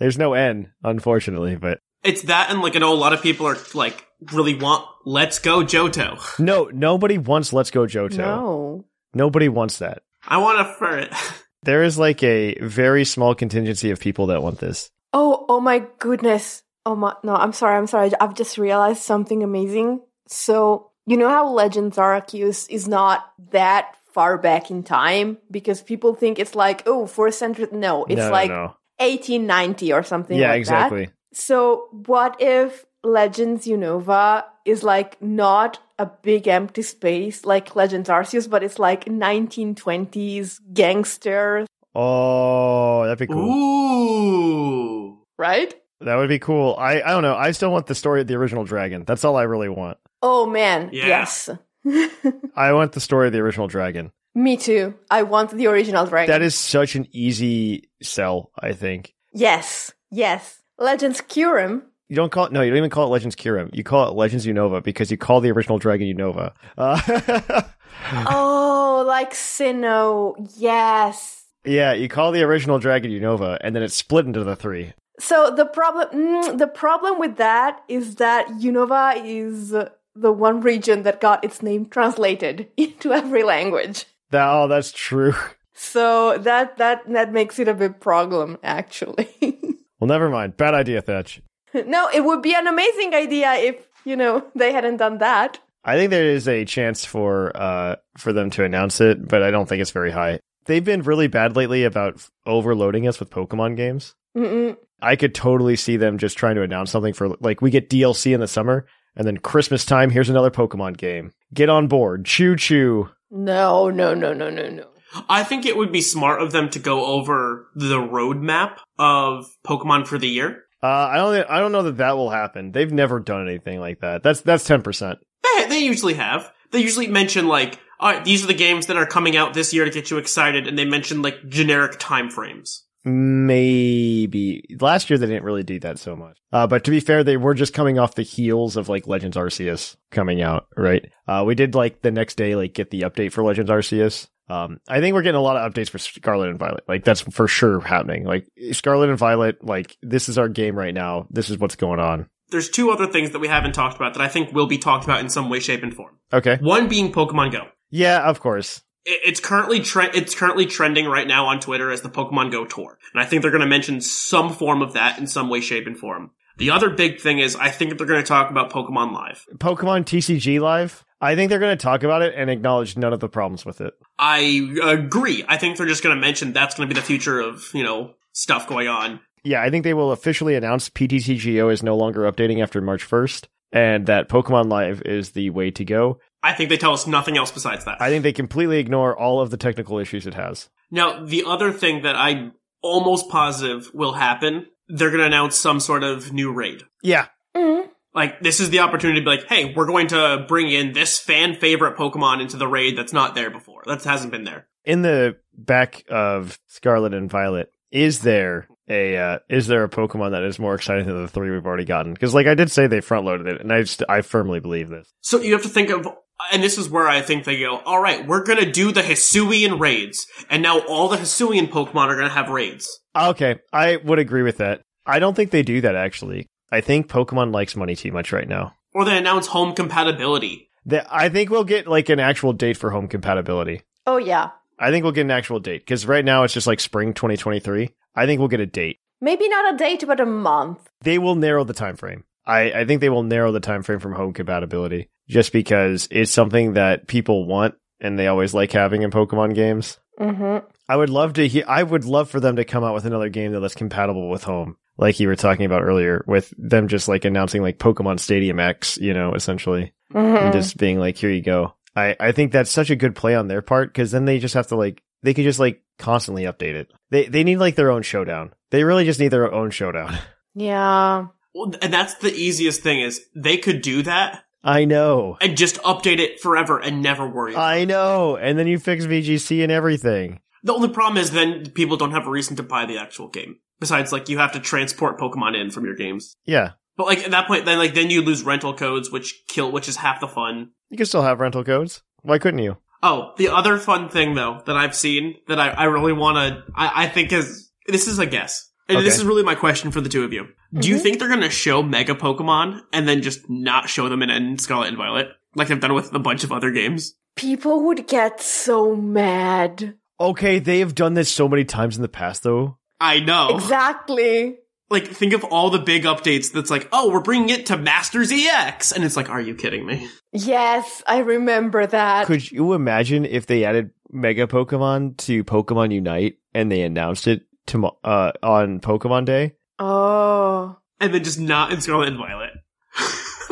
Speaker 3: there's no N, unfortunately, but
Speaker 5: It's that, and like I know a lot of people are like really want Let's Go Johto.
Speaker 3: no, nobody wants Let's Go Johto.
Speaker 4: no.
Speaker 3: Nobody wants that.
Speaker 5: I want a ferret.
Speaker 3: There is like a very small contingency of people that want this.
Speaker 4: Oh, oh my goodness. Oh my, no, I'm sorry, I'm sorry. I've just realized something amazing. So, you know how Legends Arceus is not that far back in time because people think it's like, oh, fourth century. No, it's
Speaker 3: No, no,
Speaker 4: like
Speaker 3: no.
Speaker 4: 1890 or something
Speaker 3: yeah,
Speaker 4: like that.
Speaker 3: exactly.
Speaker 4: So, what if Legends Unova is like not a big empty space like Legends Arceus, but it's like 1920s gangster,
Speaker 3: Oh, that'd be cool.
Speaker 5: Ooh.
Speaker 4: right?
Speaker 3: That would be cool. I, I don't know. I still want the story of the original dragon. That's all I really want.
Speaker 4: Oh man,
Speaker 5: Yeah.
Speaker 4: yes.
Speaker 3: I want the story of the original dragon.
Speaker 4: Me too. I want the original dragon.
Speaker 3: That is such an easy sell, I think.
Speaker 4: yes, yes. Legends Curum.
Speaker 3: You don't call it, no, you don't even call it Legends Kyrim. You call it Legends Unova because you call the original dragon Unova. Uh,
Speaker 4: Oh, like Sinnoh. Yes.
Speaker 3: yeah, you call the original dragon Unova and then it's split into the three.
Speaker 4: So the problem, mm, the problem with that is that Unova is the one region that got its name translated into every language.
Speaker 3: That, oh, that's true.
Speaker 4: So that that that makes it a big problem, actually.
Speaker 3: Well, never mind. Bad idea, Thatch.
Speaker 4: no, it would be an amazing idea if you know they hadn't done that.
Speaker 3: I think there is a chance for uh for them to announce it, but I don't think it's very high. They've been really bad lately about f- overloading us with Pokemon games.
Speaker 4: Mm-mm.
Speaker 3: I could totally see them just trying to announce something for like we get DLC in the summer and then Christmas time here's another Pokemon game. Get on board. Choo choo.
Speaker 4: No, no, no, no, no, no.
Speaker 5: I think it would be smart of them to go over the roadmap of Pokemon for the year.
Speaker 3: Uh, I don't thi- I don't know that that will happen. They've never done anything like that. That's that's 10%.
Speaker 5: They, they usually have. They usually mention like, all right, these are the games that are coming out this year to get you excited, and they mention like generic timeframes.
Speaker 3: Maybe last year they didn't really do that so much. Uh, but to be fair, they were just coming off the heels of like Legends Arceus coming out, right? Uh, we did like the next day, like get the update for Legends Arceus. Um, I think we're getting a lot of updates for Scarlet and Violet. Like that's for sure happening. Like Scarlet and Violet, like this is our game right now. This is what's going on.
Speaker 5: There's two other things that we haven't talked about that I think will be talked about in some way, shape, and form.
Speaker 3: Okay.
Speaker 5: One being Pokemon Go.
Speaker 3: Yeah, of course.
Speaker 5: It- It's currently tre- it's currently trending right now on Twitter as the Pokemon Go tour, and I think they're going to mention some form of that in some way, shape, and form. The other big thing is I think they're going to talk about Pokemon Live.
Speaker 3: Pokemon TCG live. I think they're going to talk about it and acknowledge none of the problems with it.
Speaker 5: I agree. I think they're just going to mention that's going to be the future of you know stuff going on.
Speaker 3: Yeah, I think they will officially announce PTCGO is no longer updating after March 1st and that Pokemon Live is the way to go.
Speaker 5: I think they tell us nothing else besides that.
Speaker 3: I think they completely ignore all of the technical issues it has.
Speaker 5: Now, the other thing that I'm almost positive will happen, they're going to announce some sort of new raid.
Speaker 3: Yeah.
Speaker 4: Mm.
Speaker 5: Like, this is the opportunity to be like, hey, we're going to bring in this fan favorite Pokemon into the raid that's not there before, that hasn't been there.
Speaker 3: In the back of Scarlet and Violet, is there a uh, is there a Pokemon that is more exciting than the three we've already gotten? Because like I did say, they front loaded it, and I just, I firmly believe this.
Speaker 5: So you have to think of, and this is where I think they go, all right, we're going to do the Hisuian raids, and now all the Hisuian Pokemon are going to have raids.
Speaker 3: Ah, Okay, I would agree with that. I don't think they do that actually. I think Pokemon likes money too much right now.
Speaker 5: Or they announce home compatibility.
Speaker 3: That I think we'll get like an actual date for home compatibility.
Speaker 4: Oh yeah.
Speaker 3: I think we'll get an actual date because right now it's just like spring 2023. I think we'll get a date.
Speaker 4: Maybe not a date, but a month.
Speaker 3: They will narrow the time frame. I, I think they will narrow the time frame from home compatibility just because it's something that people want and they always like having in Pokemon games.
Speaker 4: hmm
Speaker 3: I would love to hear. I would love for them to come out with another game though that's compatible with home, like you were talking about earlier, with them just like announcing like Pokemon Stadium X, you know, essentially and
Speaker 4: Mm-hmm.
Speaker 3: just being like, here you go. I, I think that's such a good play on their part because then they just have to like they could just like constantly update it. They they need like their own showdown. They really just need their own showdown.
Speaker 4: Yeah.
Speaker 5: Well, And that's the easiest thing is they could do that
Speaker 3: I know.
Speaker 5: and just update it forever and never worry. about it.
Speaker 3: I know. And then you fix VGC and everything.
Speaker 5: The only problem is then people don't have a reason to buy the actual game. Besides, like you have to transport Pokemon in from your games.
Speaker 3: Yeah.
Speaker 5: But like at that point, then like then you lose rental codes, which kill, which is half the fun.
Speaker 3: You can still have rental codes. Why couldn't you?
Speaker 5: Oh, the other fun thing though that I've seen that I, I really want to, I, I think is this is a guess. And This
Speaker 3: Okay.
Speaker 5: is really my question for the two of you. Do you think they're going to show Mega Pokemon and then just not show them in, in Scarlet and Violet, like they've done with a bunch of other games?
Speaker 4: People would get so mad.
Speaker 3: Okay, they have done this so many times in the past though.
Speaker 5: I know.
Speaker 4: Exactly.
Speaker 5: Like, think of all the big updates that's like, oh, we're bringing it to Masters E EX. And it's like, are you kidding me?
Speaker 4: Yes, I remember that.
Speaker 3: Could you imagine if they added Mega Pokemon to Pokemon Unite, and they announced it tomo- uh, on Pokemon Day.
Speaker 4: Oh.
Speaker 5: and then just not in Scarlet and Violet.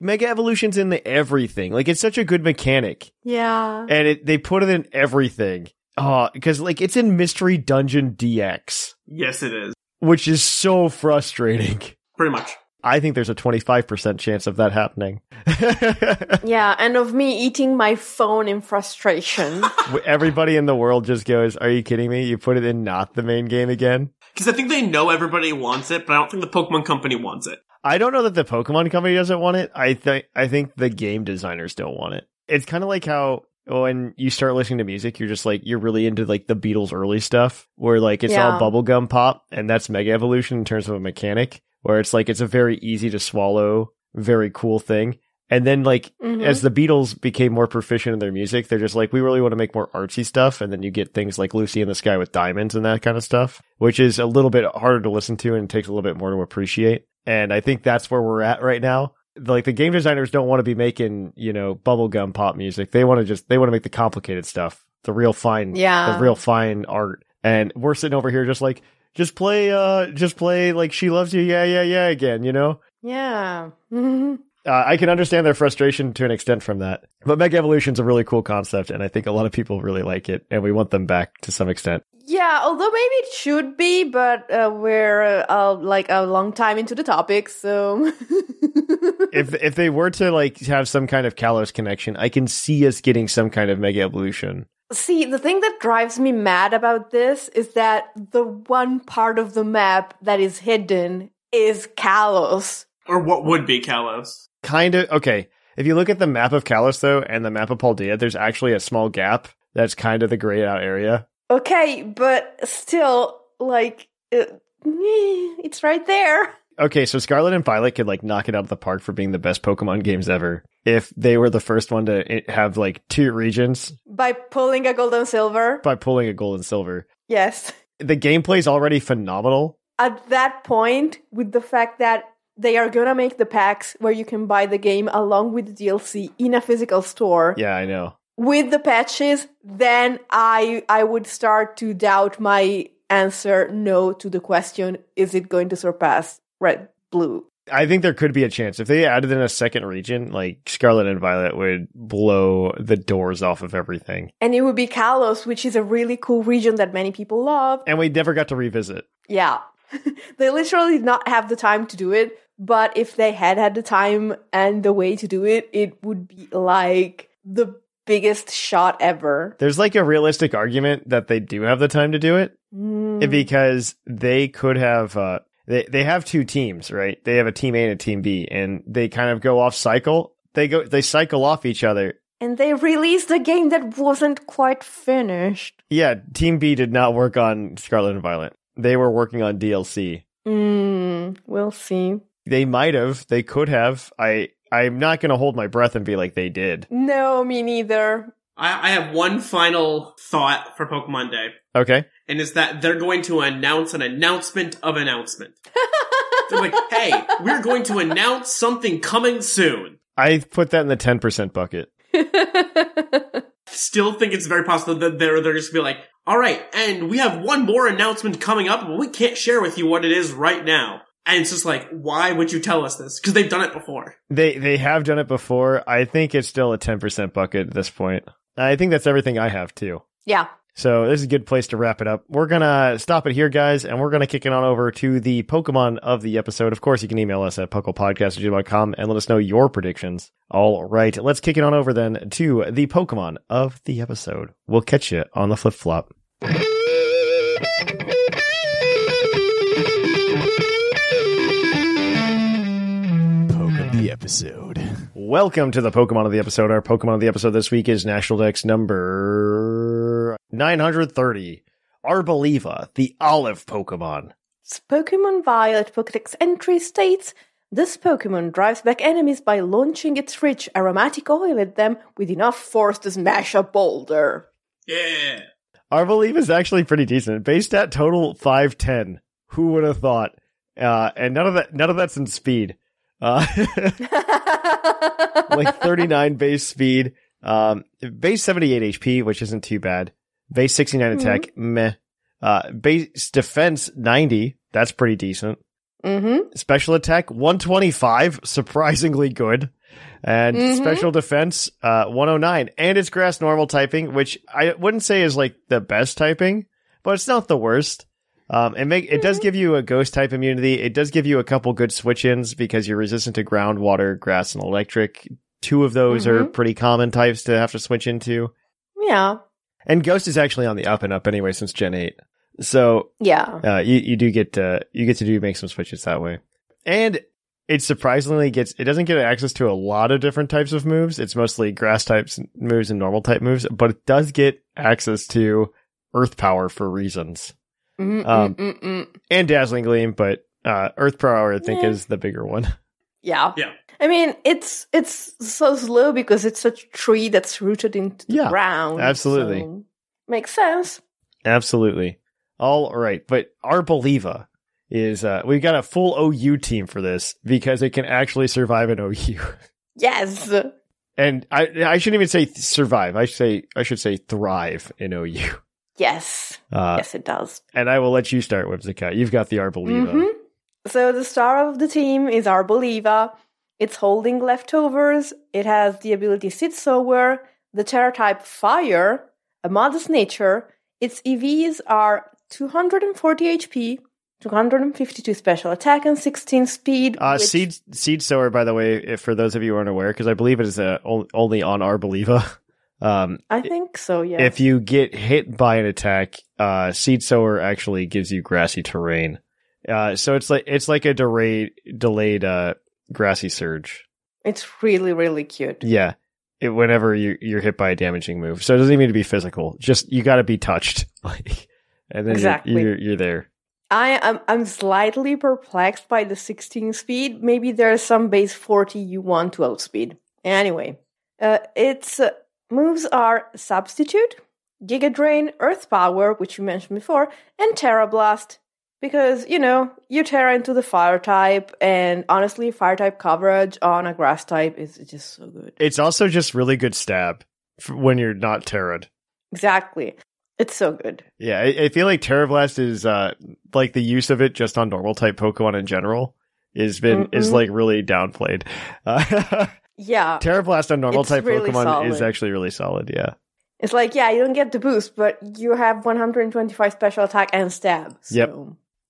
Speaker 3: Mega Evolution's in the everything. Like it's such a good mechanic,
Speaker 4: Yeah.
Speaker 3: and it they put it in everything. Oh, because like it's in Mystery Dungeon DX,
Speaker 5: yes, it is
Speaker 3: which is so frustrating.
Speaker 5: pretty much.
Speaker 3: I think there's a 25% chance of that happening.
Speaker 4: Yeah, and of me eating my phone in frustration.
Speaker 3: Everybody in the world just goes, Are you kidding me? You put it in not the main game again?
Speaker 5: Because I think they know everybody wants it, but I don't think the Pokemon Company wants it.
Speaker 3: I don't know that the Pokemon company doesn't want it. I think I think the game designers don't want it. It's kind of like how when you start listening to music, you're just like you're really into like the Beatles early stuff, where like it's
Speaker 4: Yeah.
Speaker 3: all bubblegum pop, and that's Mega Evolution in terms of a mechanic, where it's like it's a very easy to swallow, very cool thing. And then like
Speaker 4: Mhm.
Speaker 3: as the Beatles became more proficient in their music, they're just like, we really want to make more artsy stuff. And then you get things like Lucy in the Sky with Diamonds and that kind of stuff, which is a little bit harder to listen to and takes a little bit more to appreciate. And I think that's where we're at right now. Like the game designers don't want to be making, you know, bubblegum pop music. They want to just, they want to make the complicated stuff, the real fine,
Speaker 4: Yeah.
Speaker 3: the real fine art. And we're sitting over here just like, just play, uh, just play like She Loves You. Yeah, yeah, yeah again, you know?
Speaker 4: yeah. Mhm.
Speaker 3: uh, I can understand their frustration to an extent from that. But Mega Evolution's a really cool concept, and I think a lot of people really like it, and we want them back to some extent.
Speaker 4: Yeah, although maybe it should be, but uh, we're uh, uh, like a long time into the topic, so.
Speaker 3: if if they were to like have some kind of Kalos connection, I can see us getting some kind of Mega Evolution.
Speaker 4: See, the thing that drives me mad about this is that the one part of the map that is hidden is Kalos.
Speaker 5: Or what would be Kalos?
Speaker 3: Kind of okay. If you look at the map of Kalos though, and the map of Paldea, there's actually a small gap that's kind of the grayed out area.
Speaker 4: Okay, but still, like, it, it's right there.
Speaker 3: Okay, so Scarlet and Violet could like knock it out of the park for being the best Pokemon games ever if they were the first one to eh, have like two regions
Speaker 4: By pulling a gold and silver.
Speaker 3: by pulling a gold and silver.
Speaker 4: yes.
Speaker 3: the gameplay's already phenomenal.
Speaker 4: At that point, with the fact that they are gonna make the packs where you can buy the game along with the DLC in a physical store
Speaker 3: Yeah, I know.
Speaker 4: with the patches, then I I would start to doubt my answer no to the question is it going to surpass red blue.
Speaker 3: I think there could be a chance if they added in a second region, like Scarlet and Violet would blow the doors off of everything.
Speaker 4: And it would be Kalos, which is a really cool region that many people love.
Speaker 3: And we never got to revisit.
Speaker 4: Yeah. they literally did not have the time to do it, but if they had had the time and the way to do it, it would be like the biggest shot ever.
Speaker 3: There's like a realistic argument that they do have the time to do it
Speaker 4: Mm.
Speaker 3: because they could have uh they, they have two teams, right? They have a team A and a team B and they kind of go off cycle. They go they cycle off each other.
Speaker 4: and they released a game that wasn't quite finished.
Speaker 3: Yeah, team B did not work on Scarlet and Violet. They were working on DLC.
Speaker 4: Mm, we'll see.
Speaker 3: they might have they could have i i'm not going to hold my breath and be like they did
Speaker 4: No, me neither.
Speaker 5: I, I have one final thought for Pokemon Day,
Speaker 3: okay
Speaker 5: and it's that they're going to announce an announcement of announcement. they're like, hey, we're going to announce something coming soon.
Speaker 3: i put that in the 10% bucket
Speaker 5: Still think it's very possible that they're they're just gonna be like, all right, and we have one more announcement coming up, but we can't share with you what it is right now. And it's just like, why would you tell us this? Because they've done it before.
Speaker 3: they they have done it before i think it's still a 10% bucket at this point i think that's everything i have too
Speaker 4: yeah.
Speaker 3: so this is a good place to wrap it up we're going to stop it here guys and we're going to kick it on over to the pokemon of the episode of course you can email us at pucklepodcast.com and let us know your predictions all right let's kick it on over then to the pokemon of the episode we'll catch you on the flip-flop
Speaker 2: Poke of the episode.
Speaker 3: Welcome to the Pokemon of the episode. Our Pokemon of the episode this week is National Dex number 930. Arbeliva, the olive Pokemon.
Speaker 4: Pokemon Violet Pokedex entry states this Pokemon drives back enemies by launching its rich aromatic oil at them with enough force to smash a boulder.
Speaker 5: Yeah.
Speaker 3: Arbeliva is actually pretty decent. Base stat total 510. Who would have thought? Uh, and none of that, none of that's in speed. Uh, like 39 base speed, Um, base 78 HP, which isn't too bad. Base 69 attack, meh. Uh, base defense 90, that's pretty decent.
Speaker 4: Mm-hmm.
Speaker 3: Special attack 125, surprisingly good. And
Speaker 4: Mhm.
Speaker 3: special defense uh 109. And it's grass normal typing, which I wouldn't say is like the best typing, but it's not the worst. Um it make it does give you a ghost type immunity. It does give you a couple good switch ins because you're resistant to ground, water, grass, and electric. Two of those are pretty common types to have to switch into.
Speaker 4: Yeah.
Speaker 3: And ghost is actually on the up and up anyway since Gen 8. So
Speaker 4: Yeah.
Speaker 3: uh, you you do get to you get to do make some switches that way, and it surprisingly gets it doesn't get access to a lot of different types of moves. It's mostly grass types moves and normal type moves, but it does get access to earth power for reasons
Speaker 4: Mm,
Speaker 3: Um,
Speaker 4: mm, mm, mm.
Speaker 3: and dazzling gleam. But uh, earth power I think
Speaker 4: Yeah.
Speaker 3: is the bigger one.
Speaker 4: Yeah.
Speaker 5: Yeah.
Speaker 4: I mean, it's it's so slow because it's a tree that's rooted into the
Speaker 3: Yeah,
Speaker 4: ground.
Speaker 3: absolutely.
Speaker 4: so makes sense.
Speaker 3: Absolutely. All right. But our Believa is uh, we've got a full OU team for this because it can actually survive an OU.
Speaker 4: Yes.
Speaker 3: Uh, And I I shouldn't even say th- survive. I should say I should say thrive in OU.
Speaker 4: Yes.
Speaker 3: Uh,
Speaker 4: yes, it does.
Speaker 3: And I will let you start, Whimsicott. You've got the Arbeliva.
Speaker 4: Mhm. So the star of the team is our Boliva. It's holding leftovers. It has the ability Seed Sower, the Terra type Fire, a modest nature. Its EVs are 240 HP, 252 special attack, and 16 speed.
Speaker 3: Uh,
Speaker 4: which-
Speaker 3: seed seed sower, by the way, if, for those of you who aren't aware, because I believe it is uh, on- only on Arbeliva. Um,
Speaker 4: I think so, yeah.
Speaker 3: If you get hit by an attack, uh, seed sower actually gives you grassy terrain. Uh, so it's like it's like a delayed delayed uh, grassy surge.
Speaker 4: it's really, really cute.
Speaker 3: Yeah, it, whenever you you're hit by a damaging move, so it doesn't even need to be physical. Just you got to be touched, like, and then
Speaker 4: Exactly.
Speaker 3: you're, you're you're there.
Speaker 4: I am I'm slightly perplexed by the 16 speed. Maybe there's some base 40 you want to outspeed. Anyway, uh, its uh, moves are Substitute, Giga Drain, Earth Power, which you mentioned before, and Terra Blast. Because, you know, you Terra into the Fire type, and honestly, Fire type coverage on a Grass type is just so good.
Speaker 3: It's also just really good stab f- when you're not Terrad.
Speaker 4: Exactly. It's so good.
Speaker 3: Yeah, I, I feel like Terra Blast is uh like the use of it just on normal type Pokemon in general is been is
Speaker 4: Mhm.
Speaker 3: like really downplayed. Uh,
Speaker 4: Yeah.
Speaker 3: Terra Blast on normal
Speaker 4: It's
Speaker 3: type
Speaker 4: really
Speaker 3: Pokemon is
Speaker 4: solid.
Speaker 3: actually really solid. Yeah,
Speaker 4: It's like, yeah, you don't get the boost, but you have 125 special attack and stab. So,
Speaker 3: Yep.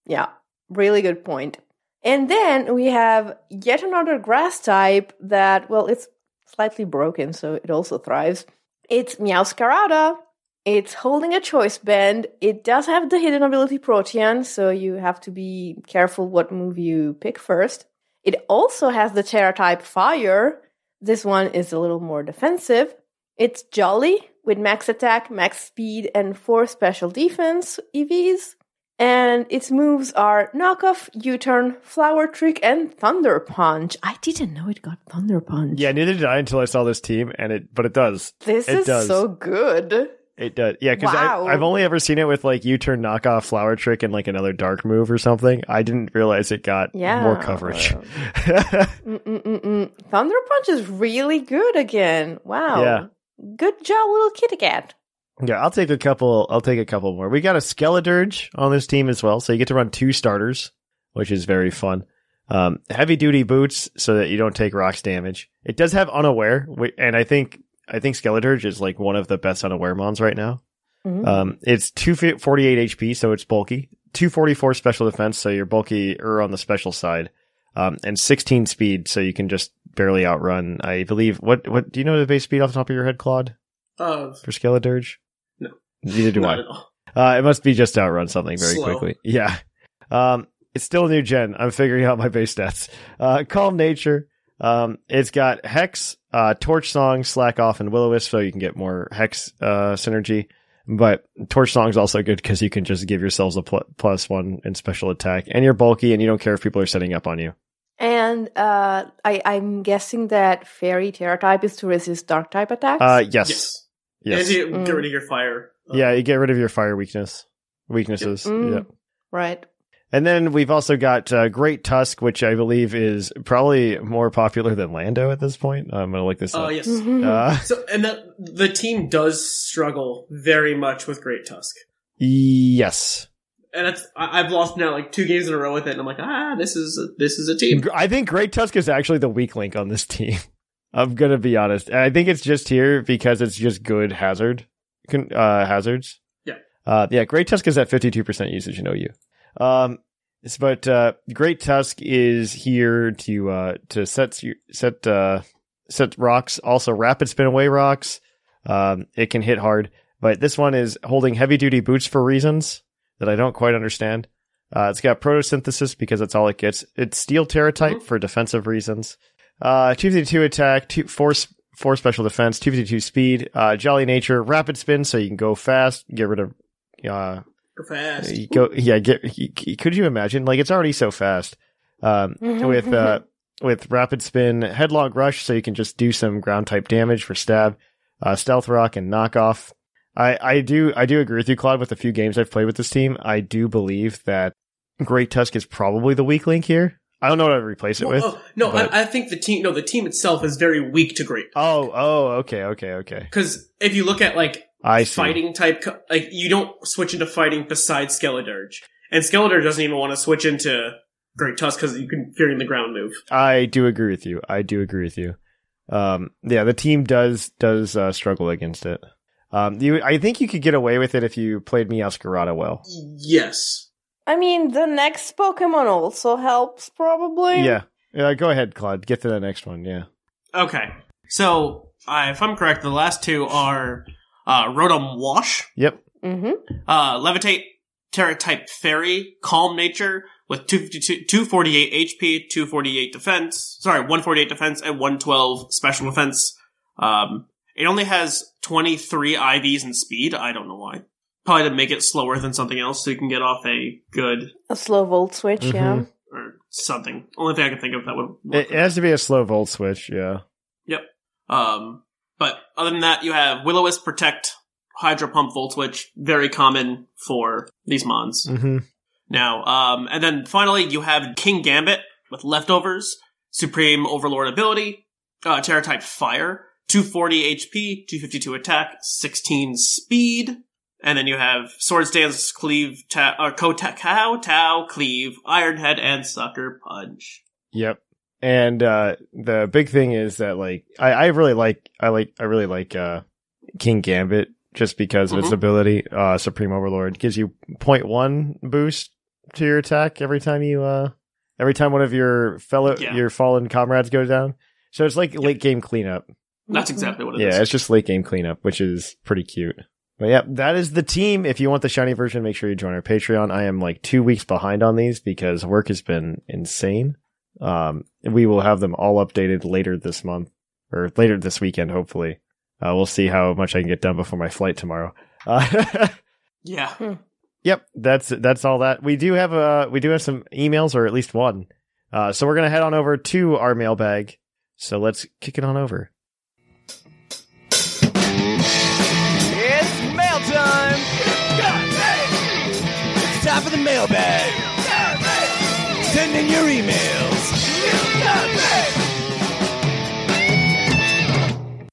Speaker 4: Yeah, really good point. And then we have yet another grass type that, well, it's slightly broken, so it also thrives. It's Meowscarada. It's holding a choice band. It does have the hidden ability Protean, so you have to be careful what move you pick first. It also has the Terra type Fire. This one is a little more defensive. It's Jolly with max attack, max speed, and four special defense EVs. And its moves are knockoff, U turn, flower trick, and thunder punch. I didn't know it got thunder punch.
Speaker 3: yeah. Neither did I until I saw this team, and it but it does
Speaker 4: this
Speaker 3: it
Speaker 4: is
Speaker 3: does.
Speaker 4: so good.
Speaker 3: it does. Yeah, because
Speaker 4: Wow.
Speaker 3: I've only ever seen it with like U turn knockoff flower trick and like another dark move or something. I didn't realize it got
Speaker 4: Yeah.
Speaker 3: more coverage.
Speaker 4: Mm-mm-mm-mm. Thunder punch is really good again. Wow.
Speaker 3: Yeah.
Speaker 4: Good job, little kitty cat.
Speaker 3: Yeah, I'll take a couple. I'll take a couple more. We got a Skeledirge on this team as well, so you get to run two starters, which is very fun. Um, heavy duty boots so that you don't take rocks damage. It does have unaware, wh- and I think I think Skeledirge is like one of the best unaware mons right now.
Speaker 4: Mhm.
Speaker 3: Um, it's 248 HP, so it's bulky. 244 special defense, so you're bulky or on the special side. Um, and 16 speed, so you can just barely outrun. I believe. What what do you know the base speed off the top of your head, Claude,
Speaker 5: Uh,
Speaker 3: for Skeledirge?
Speaker 5: No.
Speaker 3: Neither do I.
Speaker 5: not at all.
Speaker 3: Uh, it must be just outrun something very
Speaker 5: Slow.
Speaker 3: quickly. Yeah. Um, it's still a new gen. I'm figuring out my base stats. Uh, Calm Nature. Um, it's got Hex, uh, Torch Song, Slack Off, and Will Wisp, so you can get more Hex uh, synergy. But Torch Song's also good because you can just give yourselves a pl- plus one in special attack, and you're bulky, and you don't care if people are setting up on you.
Speaker 4: And uh, I, I'm guessing that fairy terror type is to resist dark type attacks.
Speaker 3: Uh, yes. Yes.
Speaker 5: Yes. And you get
Speaker 4: Mm.
Speaker 5: rid of your fire. uh,
Speaker 3: yeah, you get rid of your fire weakness. Weaknesses.
Speaker 4: Mm,
Speaker 3: Yeah.
Speaker 4: Right.
Speaker 3: And then we've also got uh, Great Tusk, which I believe is probably more popular than Lando at this point. I'm going to look this
Speaker 7: Oh,
Speaker 3: up.
Speaker 7: yes.
Speaker 4: Mm-hmm.
Speaker 3: Uh,
Speaker 7: So, and that the team does struggle very much with Great Tusk.
Speaker 3: yes.
Speaker 7: And it's, I, I've lost now like two games in a row with it, and I'm like, ah, this is a, this is a team.
Speaker 3: I think Great Tusk is actually the weak link on this team. I'm going to be honest. I think it's just here because it's just good hazard con- uh, hazards.
Speaker 7: Yeah.
Speaker 3: Uh, yeah. Great Tusk is at 52% usage in OU. Um, it's- but uh, Great Tusk is here to uh, to set s- set uh, set rocks. Also, rapid spin away rocks. Um, it can hit hard, but this one is holding heavy duty boots for reasons that I don't quite understand. Uh, it's got photosynthesis because that's all it gets. It's steel terratite for defensive reasons. Uh, 252 attack, two, four, s- four special defense, 252 speed, uh, jolly nature, rapid spin, so you can go fast, get rid of, uh,
Speaker 7: Go fast.
Speaker 3: you go, yeah, get, y- y- could you imagine? Like, it's already so fast. Um, with, uh, with rapid spin, headlong rush, so you can just do some ground type damage for stab, uh, stealth rock, and knockoff. I, I do, I do agree with you, Claude, with a few games I've played with this team. I do believe that Great Tusk is probably the weak link here. I don't know what I'd replace it with.
Speaker 7: Well, oh, no,
Speaker 3: but-
Speaker 7: I, I think the team. No, the team itself is very weak to Great.
Speaker 3: Oh, oh, okay, okay, okay.
Speaker 7: Because if you look at like
Speaker 3: I see.
Speaker 7: fighting type, co- like you don't switch into fighting besides Skeledirge, and Skeledirge doesn't even want to switch into Great Tusk because you can fear in the ground move.
Speaker 3: I do agree with you. I do agree with you. Um, yeah, the team does does uh, struggle against it. Um, you, I think you could get away with it if you played Miascarada well.
Speaker 7: Yes.
Speaker 4: I mean, the next Pokemon also helps, probably.
Speaker 3: Yeah. Yeah, go ahead, Claude. Get to the next one. Yeah.
Speaker 5: Okay. So, uh, if I'm correct, the last two are uh, Rotom Wash,
Speaker 3: Yep.
Speaker 4: hmm
Speaker 5: uh, Levitate, Terra type Fairy, Calm Nature with 252 248 HP, 248 defense, sorry, 148 defense, and 112 special defense. Um, it only has 23 IVs in speed. I don't know why. Probably to make it slower than something else so you can get off a good
Speaker 4: A slow volt switch,
Speaker 3: Mm-hmm.
Speaker 4: yeah.
Speaker 5: or something. Only thing I can think of that would work.
Speaker 3: It, it has to be a slow volt switch. Yeah.
Speaker 5: Um, but other than that, you have will Protect, Hydro Pump, Volt Switch, very common for these mons.
Speaker 3: Mm-hmm.
Speaker 5: Now, um, and then finally, you have King Gambit with Leftovers, Supreme Overlord ability, uh, Terra type Fire, 240 HP, 252 attack, 16 speed, and then you have Swords Dance, Cleave, Ta- uh, Ko Ta- Cow, Tau, Cleave, Iron Head, and Sucker Punch.
Speaker 3: Yep. And uh, the big thing is that like I, I really like I like I really like uh, King Gambit just because of its
Speaker 5: Mhm.
Speaker 3: ability. Uh, Supreme Overlord gives you 0.1 boost to your attack every time you uh every time one of your fellow
Speaker 5: Yeah.
Speaker 3: your fallen comrades go down. So it's like late game cleanup.
Speaker 5: That's
Speaker 4: Mm-hmm.
Speaker 5: exactly what it is.
Speaker 3: Mm-hmm. Yeah, it's just late game cleanup, which is pretty cute. But yeah, that is the team. If you want the shiny version, make sure you join our Patreon. I am like two weeks behind on these because work has been insane. Um, we will have them all updated later this month or later this weekend, hopefully. Uh, we'll see how much I can get done before my flight tomorrow. Uh,
Speaker 5: Yeah.
Speaker 3: Yep, that's that's all that we do have. Uh, we do have some emails, or at least one. Uh, so we're gonna head on over to our mailbag. So let's kick it on over.
Speaker 2: It's mail time! It's time for the mailbag! Send in your emails!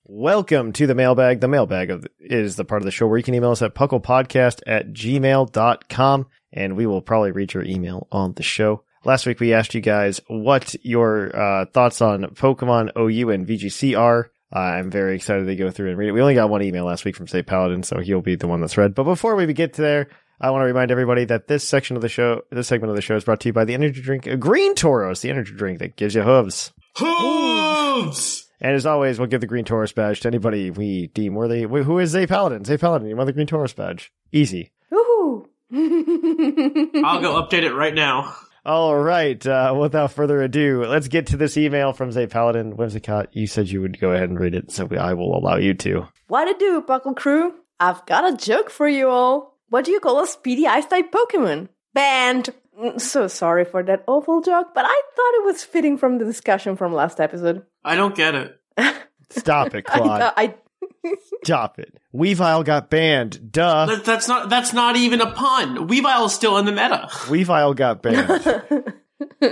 Speaker 3: Welcome to the mailbag. The mailbag of, is the part of the show where you can email us at pucklepodcast at gmail.com and we will probably read your email on the show. Last week we asked you guys what your uh, thoughts on Pokemon OU and VGC are. Uh, I'm very excited to go through and read it. We only got one email last week from State Paladin, so he'll be the one that's read. But before we get to there, I want to remind everybody that this section of the show, this segment of the show is brought to you by the energy drink uh, Green Tauros, the energy drink that gives you hooves.
Speaker 5: Hooves!
Speaker 3: And as always, we'll give the Green Taurus badge to anybody we deem worthy. Wh- Who is Zay Paladin? Zay Paladin, you want the Green Taurus badge? Easy.
Speaker 4: Woohoo!
Speaker 5: I'll go update it right now.
Speaker 3: All right. Uh, without further ado, let's get to this email from Zay Paladin. Whimsicott, you said you would go ahead and read it, so we- I will allow you to.
Speaker 4: What to do, Buckle Crew? I've got a joke for you all. What do you call a speedy ice type Pokemon? Banned! Mm, So sorry for that awful joke, but I thought it was fitting from the discussion from last episode.
Speaker 5: I don't get it.
Speaker 3: Stop it,
Speaker 4: I,
Speaker 3: Claude.
Speaker 4: I,
Speaker 3: Stop it. Weavile got banned. Duh.
Speaker 5: That, that's not that's not even a pun. Weavile's still in the meta.
Speaker 3: Weavile got banned.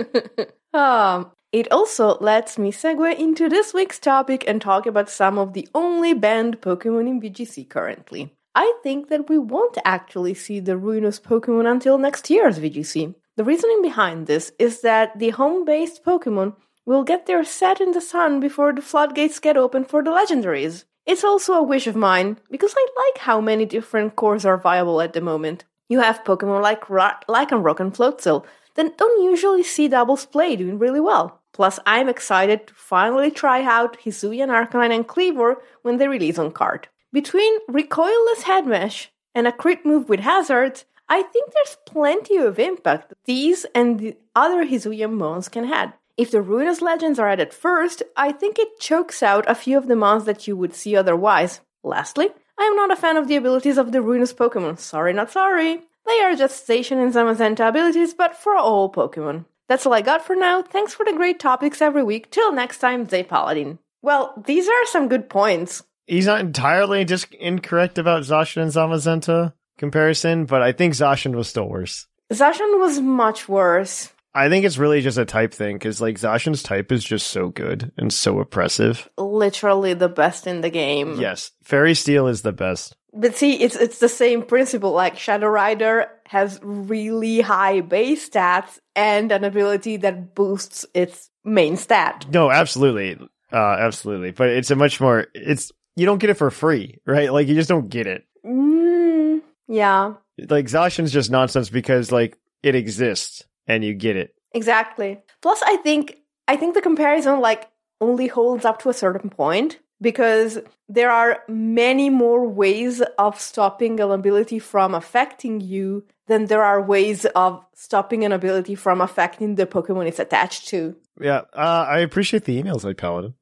Speaker 4: um, it also lets me segue into this week's topic and talk about some of the only banned Pokemon in VGC currently. I think that we won't actually see the ruinous Pokemon until next year's VGC. The reasoning behind this is that the home based Pokemon will get their set in the sun before the floodgates get open for the legendaries. It's also a wish of mine, because I like how many different cores are viable at the moment. You have Pokemon like Ra- Lycanroc and Floatzel that don't usually see doubles play doing really well. Plus, I'm excited to finally try out Hizuya and Arcanine and Cleaver when they release on card. Between recoilless headmesh and a crit move with hazards, I think there's plenty of impact these and the other Hizuya mons can have. If the Ruinous Legends are added first, I think it chokes out a few of the mons that you would see otherwise. Lastly, I am not a fan of the abilities of the Ruinous Pokemon, sorry not sorry. They are just stationed in some Azenta abilities, but for all Pokemon. That's all I got for now. Thanks for the great topics every week. Till next time, Zay Paladin. Well, these are some good points.
Speaker 3: He's not entirely just incorrect about Zacian and Zamazenta comparison, but I think Zacian was still worse.
Speaker 4: Zashan was much worse.
Speaker 3: I think it's really just a type thing because like Zacian's type is just so good and so oppressive.
Speaker 4: Literally the best in the game.
Speaker 3: Yes, Fairy Steel is the best.
Speaker 4: But see, it's it's the same principle. Like Shadow Rider has really high base stats and an ability that boosts its main stat.
Speaker 3: No, absolutely, uh, absolutely. But it's a much more. It's you don't get it for free, right? Like you just don't get it.
Speaker 4: Mm, yeah,
Speaker 3: Like Zacian's just nonsense because like it exists and you get it.
Speaker 4: exactly. Plus, I think I think the comparison like only holds up to a certain point because there are many more ways of stopping an ability from affecting you than there are ways of stopping an ability from affecting the Pokemon it's attached to.
Speaker 3: Yeah, uh, I appreciate the emails, like Paladin.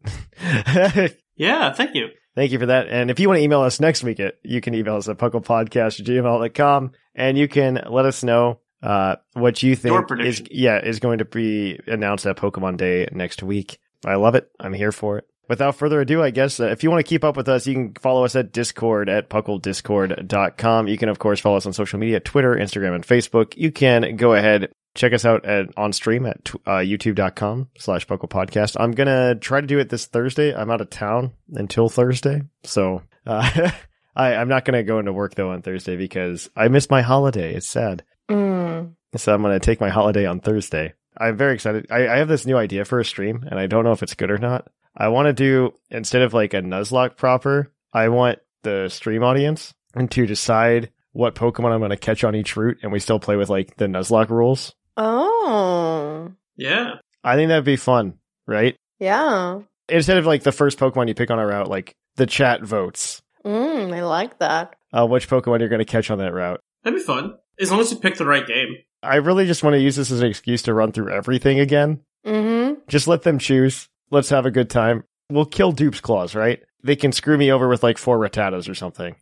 Speaker 5: Yeah, thank you.
Speaker 3: Thank you for that. And if you want to email us next week, it, you can email us at pucklepodcast@gmail.com, and you can let us know uh, what you
Speaker 5: Your
Speaker 3: think is
Speaker 5: prediction.
Speaker 3: yeah is going to be announced at Pokemon Day next week. I love it. I'm here for it. Without further ado, I guess uh, if you want to keep up with us, you can follow us at Discord at pucklediscord.com. You can, of course, follow us on social media Twitter, Instagram, and Facebook. You can go ahead check us out at on stream at tw- uh, youtube.com slash buckle podcast i'm gonna try to do it this thursday i'm out of town until thursday so uh, I, i'm not gonna go into work though on thursday because i missed my holiday it's sad
Speaker 4: Mm.
Speaker 3: so i'm gonna take my holiday on thursday i'm very excited i, I have this new idea for a stream and i don't know if it's good or not i want to do instead of like a nuzlocke proper i want the stream audience to decide what pokemon i'm gonna catch on each route and we still play with like the nuzlocke rules
Speaker 4: Oh,
Speaker 5: Yeah.
Speaker 3: I think that'd be fun, right?
Speaker 4: yeah.
Speaker 3: Instead of like the first Pokemon you pick on a route, like the chat votes
Speaker 4: Mm, I like that.
Speaker 3: uh, which Pokemon you're going to catch on that route.
Speaker 5: That'd be fun. As long as you pick the right game.
Speaker 3: I really just want to use this as an excuse to run through everything again.
Speaker 4: Mm-hmm.
Speaker 3: Just let them choose. Let's have a good time. We'll kill Dupe's Claws, right? They can screw me over with like four Rattatas or something.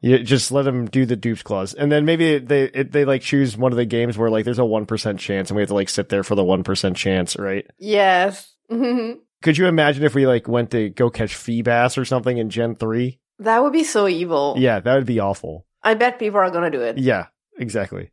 Speaker 3: You just let them do the Dupe's Claws, and then maybe they it, they like choose one of the games where like there's a one percent chance, and we have to like sit there for the one percent chance, right?
Speaker 4: yes. Mhm.
Speaker 3: Could you imagine if we like went to go catch Feebas or something in Gen three?
Speaker 4: that would be so evil.
Speaker 3: Yeah, that would be awful.
Speaker 4: I bet people are gonna do it.
Speaker 3: Yeah, exactly.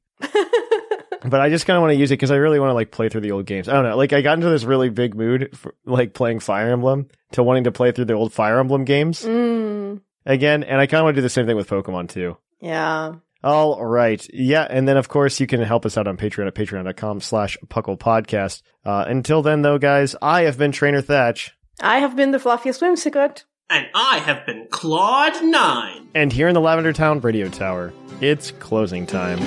Speaker 3: But I just kind of want to use it because I really want to like play through the old games. I don't know. Like I got into this really big mood for, like playing Fire Emblem to wanting to play through the old Fire Emblem games
Speaker 4: mm,
Speaker 3: again, and I kind of want to do the same thing with Pokemon too.
Speaker 4: yeah.
Speaker 3: All right. Yeah. And then, of course, you can help us out on Patreon at patreon.com slash puckle podcast. Uh, until then, though, guys, I have been Trainer Thatch.
Speaker 4: I have been the fluffiest whimsicott.
Speaker 5: And I have been Claude Nine.
Speaker 3: And here in the Lavender Town Radio Tower, it's closing time.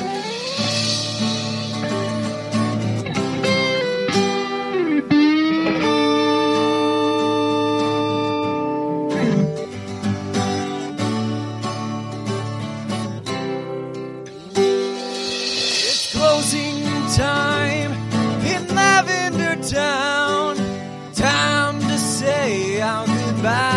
Speaker 2: It's closing time in Lavender Town. Time to say our goodbyes.